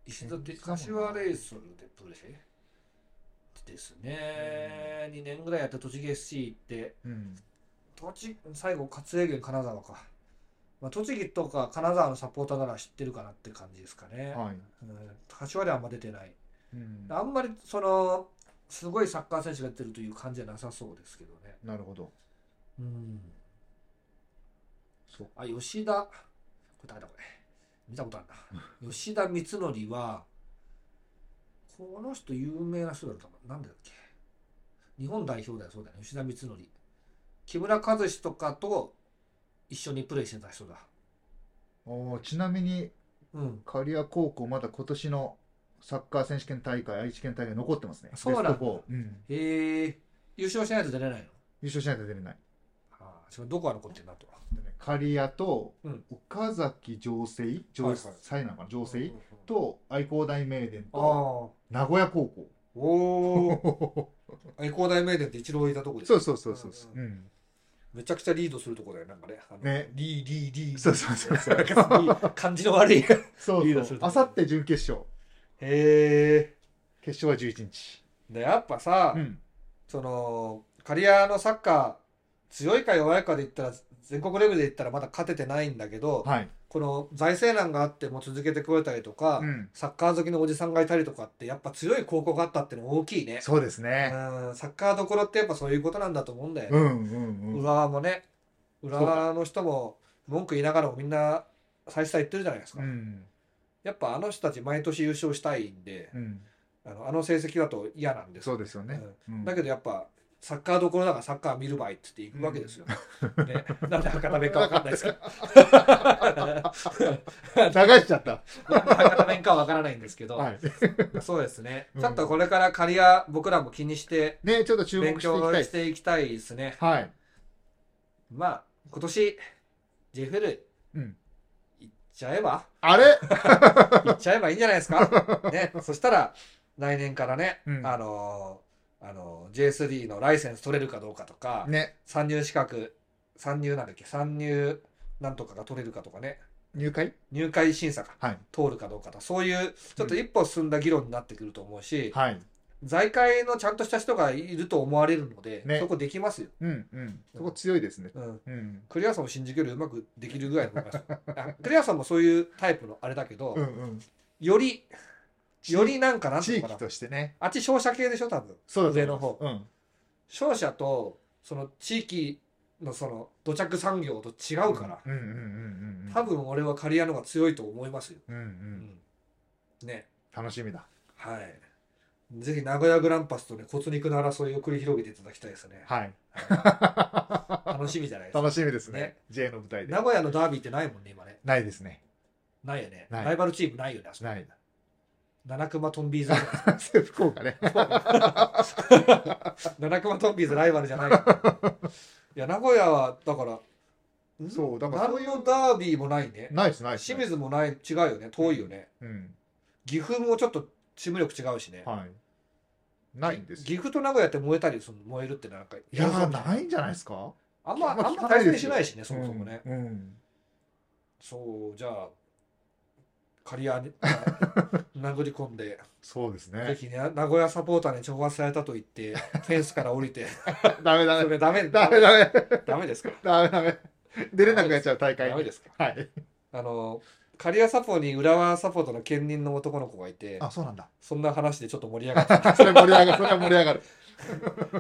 [SPEAKER 2] 石
[SPEAKER 1] えそ
[SPEAKER 2] 立、
[SPEAKER 1] うなんだ
[SPEAKER 2] 柏レイソルでプレーですね。2年ぐらいやった栃木 SC って、
[SPEAKER 1] うん。
[SPEAKER 2] 栃最後、勝栄郡金沢か。まあ、栃木とか金沢のサポーターなら知ってるかなって感じですかね。
[SPEAKER 1] はい。
[SPEAKER 2] うん、柏ではあんま出てない。
[SPEAKER 1] うん。
[SPEAKER 2] あんまりその、すごいサッカー選手が出てるという感じはなさそうですけどね。
[SPEAKER 1] なるほど。
[SPEAKER 2] うん。
[SPEAKER 1] そう。
[SPEAKER 2] あ、吉田。これ誰だこれ。見たことあるな。吉田光則は、この人有名な人だったなんでだっけ。日本代表だよ、そうだよ、ね。吉田光則。木村和志とかと一緒にプレーしてた人だ。
[SPEAKER 1] おーちなみに、
[SPEAKER 2] うん。
[SPEAKER 1] 刈谷高校、まだ今年のサッカー選手権大会、愛知県大会残ってますね。
[SPEAKER 2] そうなんだ
[SPEAKER 1] ベスト4うん。
[SPEAKER 2] へえ、優勝しないと出れないの
[SPEAKER 1] 優勝しないと出れない。
[SPEAKER 2] ああ、それどこが残ってんだと。
[SPEAKER 1] でね刈谷と
[SPEAKER 2] うん
[SPEAKER 1] 岡崎城西、
[SPEAKER 2] は
[SPEAKER 1] 城
[SPEAKER 2] いはい
[SPEAKER 1] 西なのかな、城西
[SPEAKER 2] うんうんうん
[SPEAKER 1] と愛工大名電
[SPEAKER 2] ああ、
[SPEAKER 1] と名古屋高校。
[SPEAKER 2] お お。 愛工大名電って一郎いたとこです
[SPEAKER 1] そ
[SPEAKER 2] よ
[SPEAKER 1] うそうそうそうそう。うん。
[SPEAKER 2] めちゃくちゃリードするとこだよ、なんかね。あの
[SPEAKER 1] ね
[SPEAKER 2] リー、リー、リー。
[SPEAKER 1] そうそうそうそう。
[SPEAKER 2] なんかすごい感じの悪い。へ
[SPEAKER 1] そう
[SPEAKER 2] リードす
[SPEAKER 1] そう
[SPEAKER 2] る。と
[SPEAKER 1] あさって準決勝。
[SPEAKER 2] え。
[SPEAKER 1] 決勝は11日。
[SPEAKER 2] で、やっぱさ、
[SPEAKER 1] うん。
[SPEAKER 2] その、カリアのサッカー、強いか弱いかで言ったら、全国レベルで言ったらまだ勝ててないんだけど、
[SPEAKER 1] はい。
[SPEAKER 2] この財政難があっても続けてくれたりとか、
[SPEAKER 1] うん。
[SPEAKER 2] サッカー好きのおじさんがいたりとかって、やっぱ強い高校があったっての大きいね。
[SPEAKER 1] そうです
[SPEAKER 2] う
[SPEAKER 1] ね。
[SPEAKER 2] ん、サッカーどころってやっぱそういうことなんだと思うんだよ
[SPEAKER 1] う
[SPEAKER 2] ね。
[SPEAKER 1] んうんうん。
[SPEAKER 2] 浦和もね、浦和の人も文句言いながらもみんな再生言ってるじゃないですか
[SPEAKER 1] う。ん。
[SPEAKER 2] やっぱあの人たち毎年優勝したいんで、
[SPEAKER 1] うん。
[SPEAKER 2] あのあの成績だと嫌なんです。
[SPEAKER 1] そうですよね。
[SPEAKER 2] だ
[SPEAKER 1] け
[SPEAKER 2] けどやっぱサッカーどころだからサッカー見る場合って言って行くわけですよ。ね、なんで博多弁かわかんないで すけど、
[SPEAKER 1] 流しちゃった。
[SPEAKER 2] なんで博多弁かわからないんですけど、
[SPEAKER 1] はい。
[SPEAKER 2] そうですね。
[SPEAKER 1] うん
[SPEAKER 2] ちょっとこれから刈谷僕らも気にして
[SPEAKER 1] ね、ちょっと注目して
[SPEAKER 2] 勉
[SPEAKER 1] いきたい
[SPEAKER 2] 強
[SPEAKER 1] で
[SPEAKER 2] し
[SPEAKER 1] す。
[SPEAKER 2] ていきたいですね。
[SPEAKER 1] はい。
[SPEAKER 2] まあ今年 JFL
[SPEAKER 1] うん
[SPEAKER 2] 行っちゃえば、
[SPEAKER 1] あれ
[SPEAKER 2] 行っちゃえばいいんじゃないで すか。ね、そしたら来年からね、
[SPEAKER 1] うん
[SPEAKER 2] あのーあのー J3 のライセンス取れるかどうかとか、
[SPEAKER 1] ね、
[SPEAKER 2] 参入資格、参入なんだっけ、参入なんとかが取れるかとかね、
[SPEAKER 1] 入会
[SPEAKER 2] 入会審査が
[SPEAKER 1] はい。
[SPEAKER 2] 通るかどうかとか、そういうちょっと一歩進んだ議論になってくると思うし、
[SPEAKER 1] はい。
[SPEAKER 2] 財界のちゃんとした人がいると思われるので、
[SPEAKER 1] ね
[SPEAKER 2] そこできますよ。
[SPEAKER 1] うんうん。そこ強いですね。
[SPEAKER 2] うん
[SPEAKER 1] うん。
[SPEAKER 2] クリアさんも新宿よりうまくできるぐらいの思いま すよあクリアさんもそういうタイプのあれだけど、
[SPEAKER 1] うんうん。
[SPEAKER 2] より、よりなんかなんて
[SPEAKER 1] 地
[SPEAKER 2] いうの
[SPEAKER 1] 域
[SPEAKER 2] かな。
[SPEAKER 1] としてね。
[SPEAKER 2] あっち商社系でしょ、多分。
[SPEAKER 1] そうだ
[SPEAKER 2] 上の方。
[SPEAKER 1] うん。
[SPEAKER 2] 商社と、その地域のその土着産業と違うから、
[SPEAKER 1] うんうんうんうん。
[SPEAKER 2] 多。分俺は刈谷の方が強いと思いますよ。
[SPEAKER 1] うんう。
[SPEAKER 2] うんん。ね。
[SPEAKER 1] 楽しみだ。
[SPEAKER 2] はい。ぜひ名古屋グランパスとね、骨肉の争いを繰り広げていただきたいですね。
[SPEAKER 1] はい。
[SPEAKER 2] 楽しみじゃないですか。
[SPEAKER 1] 楽しみですね
[SPEAKER 2] ね。
[SPEAKER 1] J の舞台で
[SPEAKER 2] 名。古屋のダービーってないもんね、今ね。
[SPEAKER 1] ないですね。
[SPEAKER 2] ないよね。
[SPEAKER 1] ない
[SPEAKER 2] ライバルチームないよね、あそこ
[SPEAKER 1] ない。
[SPEAKER 2] 七熊トンビーズぐらい。
[SPEAKER 1] 福岡ね。
[SPEAKER 2] 七熊トンビーズライバルじ ゃないから。いや、名古屋は、だから、ん
[SPEAKER 1] そう、だからそう
[SPEAKER 2] 何
[SPEAKER 1] い
[SPEAKER 2] の
[SPEAKER 1] う。
[SPEAKER 2] ダービーもないね。
[SPEAKER 1] ないです、ないです。
[SPEAKER 2] 清水もない、違うよね。遠いよね。
[SPEAKER 1] うん。
[SPEAKER 2] 岐阜もちょっとチーム力違うしね。
[SPEAKER 1] はい。ないんです
[SPEAKER 2] 岐
[SPEAKER 1] よ。
[SPEAKER 2] 阜と名古屋って燃えたりその燃えるってなんか
[SPEAKER 1] いやー、ないんじゃないですか
[SPEAKER 2] あんま
[SPEAKER 1] まあ
[SPEAKER 2] あん
[SPEAKER 1] 聞
[SPEAKER 2] ま
[SPEAKER 1] かないで
[SPEAKER 2] 対戦
[SPEAKER 1] す
[SPEAKER 2] し
[SPEAKER 1] よ
[SPEAKER 2] ないしねそもそもね、
[SPEAKER 1] うんうん。
[SPEAKER 2] そうじゃあ刈谷に 殴り込んで、
[SPEAKER 1] そうです
[SPEAKER 2] ぜ
[SPEAKER 1] ね。
[SPEAKER 2] ひね名古屋サポーターに挑発されたと言ってフェンスから降りて
[SPEAKER 1] ダ メダ
[SPEAKER 2] そ
[SPEAKER 1] メ。
[SPEAKER 2] れダメ
[SPEAKER 1] ダメダメ。
[SPEAKER 2] ダメですか
[SPEAKER 1] ダメダメ。出れなくなっちゃう大会
[SPEAKER 2] ダメ
[SPEAKER 1] に。
[SPEAKER 2] ですか
[SPEAKER 1] はい。
[SPEAKER 2] あの刈谷サポに浦和サポートの兼任の男の子がいて
[SPEAKER 1] あ、そうなんだ。
[SPEAKER 2] そんな話でちょっと盛り上がって
[SPEAKER 1] それ盛り上がる。それは盛り上がる。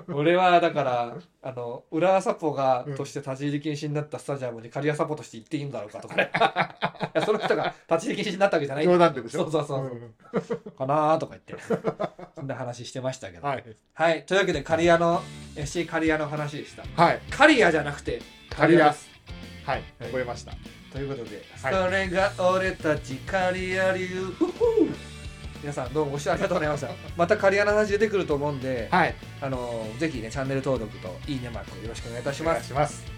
[SPEAKER 2] 俺はだからあの浦和サポがとして立ち入り禁止になったスタジアムに刈谷サポとして行 っていいんだろうかとかねいやその人が立ち入り禁止になったわけじゃない
[SPEAKER 1] 冗談ででしょ
[SPEAKER 2] そうそうそう、
[SPEAKER 1] ん
[SPEAKER 2] かなーとか言ってそんな話してましたけどはい、
[SPEAKER 1] はい。
[SPEAKER 2] というわけで刈谷の FC 刈谷の話でした
[SPEAKER 1] はい。
[SPEAKER 2] 刈谷じゃなくて
[SPEAKER 1] 刈谷
[SPEAKER 2] です
[SPEAKER 1] はい。覚えました。
[SPEAKER 2] ということで、
[SPEAKER 1] はい
[SPEAKER 2] それが俺たち刈谷流ふっふー皆さんどうもご視聴ありがとうございましたまた刈谷の話出てくると思うんで、
[SPEAKER 1] はい。
[SPEAKER 2] あのぜひねチャンネル登録といいねマークよろしくお願いいたし
[SPEAKER 1] お
[SPEAKER 2] ま
[SPEAKER 1] 願
[SPEAKER 2] す
[SPEAKER 1] いします。